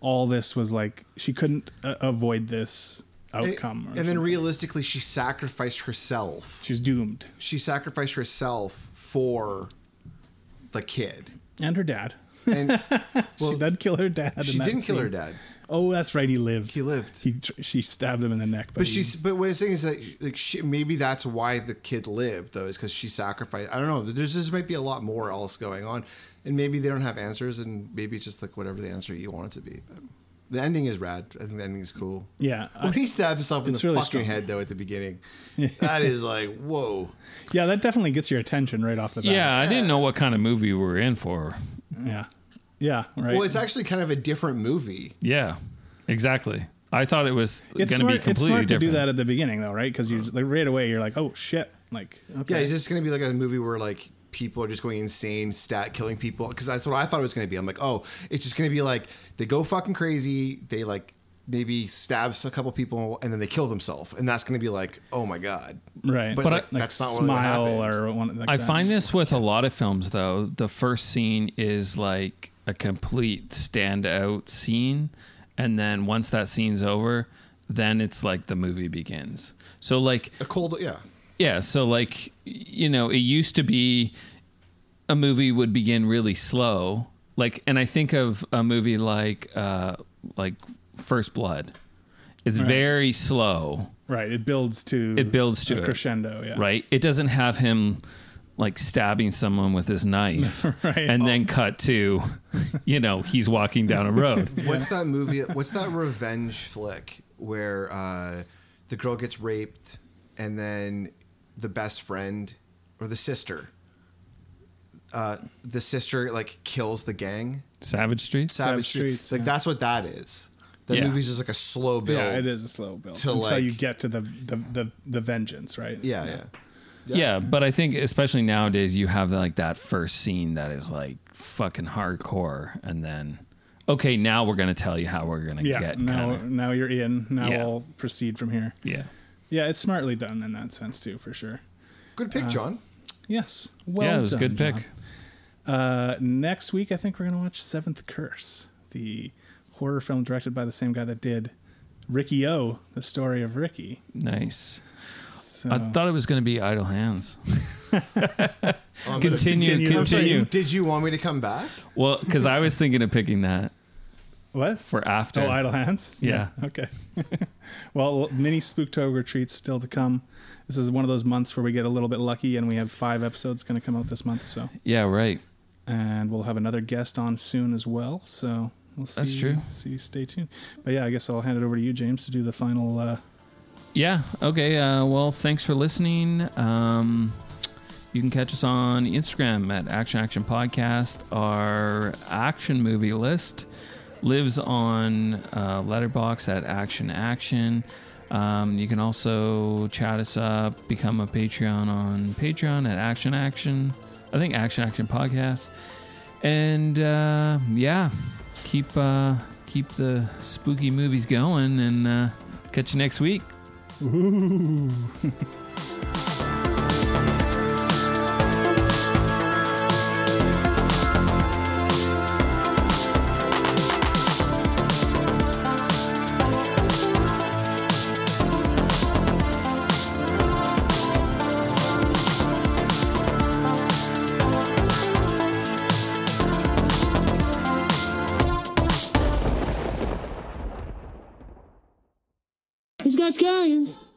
Speaker 4: all this was like she couldn't uh, avoid this outcome. or
Speaker 5: Eh, And then
Speaker 4: Oh, something.
Speaker 5: realistically, she sacrificed herself.
Speaker 4: she's doomed,
Speaker 5: She sacrificed herself for the kid.
Speaker 4: and her dad.
Speaker 5: And well,
Speaker 4: she did kill her dad. in
Speaker 5: she
Speaker 4: that
Speaker 5: didn't kill her
Speaker 4: scene.
Speaker 5: dad,
Speaker 4: Oh, that's right. He lived.
Speaker 5: He lived.
Speaker 4: He tr- she stabbed him in the neck. But,
Speaker 5: but
Speaker 4: he-
Speaker 5: she's. But what I'm saying is that, like, she, maybe that's why the kid lived, though, is because she sacrificed. I don't know. There's just might be a lot more else going on, and maybe they don't have answers, and maybe it's just like whatever the answer you want it to be. But the ending is rad. I think the ending is cool.
Speaker 4: yeah.
Speaker 5: When he stabbed himself in the
Speaker 4: It's really
Speaker 5: fucking
Speaker 4: strong.
Speaker 5: head, though, at the beginning, that is like whoa.
Speaker 4: yeah, that definitely gets your attention right off the bat.
Speaker 3: Yeah, I didn't know what kind of movie we were in for.
Speaker 4: yeah, yeah. Right.
Speaker 5: Well, it's actually kind of a different movie.
Speaker 3: Yeah, exactly. I thought it was going to be completely
Speaker 4: it's smart
Speaker 3: different.
Speaker 4: to do that at the beginning though right because you just, like right away you're like oh shit like okay
Speaker 5: Yeah, is this going to be like a movie where like people are just going insane, stat killing people? Because that's what I thought it was going to be. I'm like, oh, it's just going to be like they go fucking crazy. They like maybe stabs a couple people and then they kill themselves, and that's going to be like, oh my god.
Speaker 4: right
Speaker 5: But,
Speaker 3: But
Speaker 5: like,
Speaker 3: I-
Speaker 4: like
Speaker 5: that's not what
Speaker 4: smile
Speaker 5: happened.
Speaker 4: or one like
Speaker 3: I
Speaker 4: that.
Speaker 3: find this with a lot of films though. The first scene is like a complete standout scene, and then once that scene's over, then it's like the movie begins. So like
Speaker 5: a cold. Yeah,
Speaker 3: yeah, so like you know, it used to be a movie would begin really slow. Like and I think of a movie like uh like First Blood. It's very slow
Speaker 4: right it builds to
Speaker 3: it builds to
Speaker 4: a
Speaker 3: it.
Speaker 4: crescendo yeah
Speaker 3: right it doesn't have him like stabbing someone with his knife and then cut to you know he's walking down a road
Speaker 5: what's that movie? What's that revenge flick where uh, the girl gets raped and then the best friend or the sister, uh, the sister like kills the gang.
Speaker 3: savage streets
Speaker 5: Savage,
Speaker 4: Savage
Speaker 5: Streets.
Speaker 4: Streets,
Speaker 5: Like
Speaker 4: yeah.
Speaker 5: that's what that is. That
Speaker 3: Yeah.
Speaker 5: movie's just like a slow build.
Speaker 4: yeah it is a slow build
Speaker 5: To,
Speaker 4: until
Speaker 5: like-
Speaker 4: you get to the the, the the vengeance right
Speaker 5: Yeah, yeah.
Speaker 3: yeah. but i think especially nowadays you have like that first scene that is like fucking hardcore and then okay now we're gonna tell you how we're gonna
Speaker 4: yeah
Speaker 3: get
Speaker 4: now
Speaker 3: kinda,
Speaker 4: now you're in now
Speaker 3: Yeah.
Speaker 4: I'll proceed from here
Speaker 3: yeah
Speaker 4: yeah it's smartly done in that sense too for sure
Speaker 5: Good pick, John.
Speaker 4: yes well
Speaker 3: yeah it was a
Speaker 4: done,
Speaker 3: good pick
Speaker 4: John. Uh, next week, I think we're going to watch Seventh Curse, the horror film directed by the same guy that did Ricky O, the story of Ricky.
Speaker 3: nice
Speaker 4: So,
Speaker 3: i thought it was gonna be idle hands
Speaker 5: Um,
Speaker 3: continue
Speaker 4: continue.
Speaker 3: continue,
Speaker 5: I'm sorry, Did you want me to come back?
Speaker 3: well because i was thinking of picking that
Speaker 4: what?
Speaker 3: for after
Speaker 4: Oh, Idle Hands?
Speaker 3: Yeah.
Speaker 4: Okay. well, mini Spooktober treats still to come. This is one of those months where we get a little bit lucky and we have five episodes going to come out this month. So,
Speaker 3: yeah right
Speaker 4: and we'll have another guest on soon as well. So, we'll see.
Speaker 3: That's true.
Speaker 4: See, stay tuned. But yeah, I guess I'll hand it over to you, James, to do the final. Uh,
Speaker 3: yeah okay uh, well thanks for listening um, you can catch us on instagram at action action podcast our action movie list lives on uh, letterbox at action action um, you can also chat us up become a patreon on patreon at action action i think action action podcast and uh, yeah keep uh, keep the spooky movies going and uh, catch you next week
Speaker 11: He's got scallions.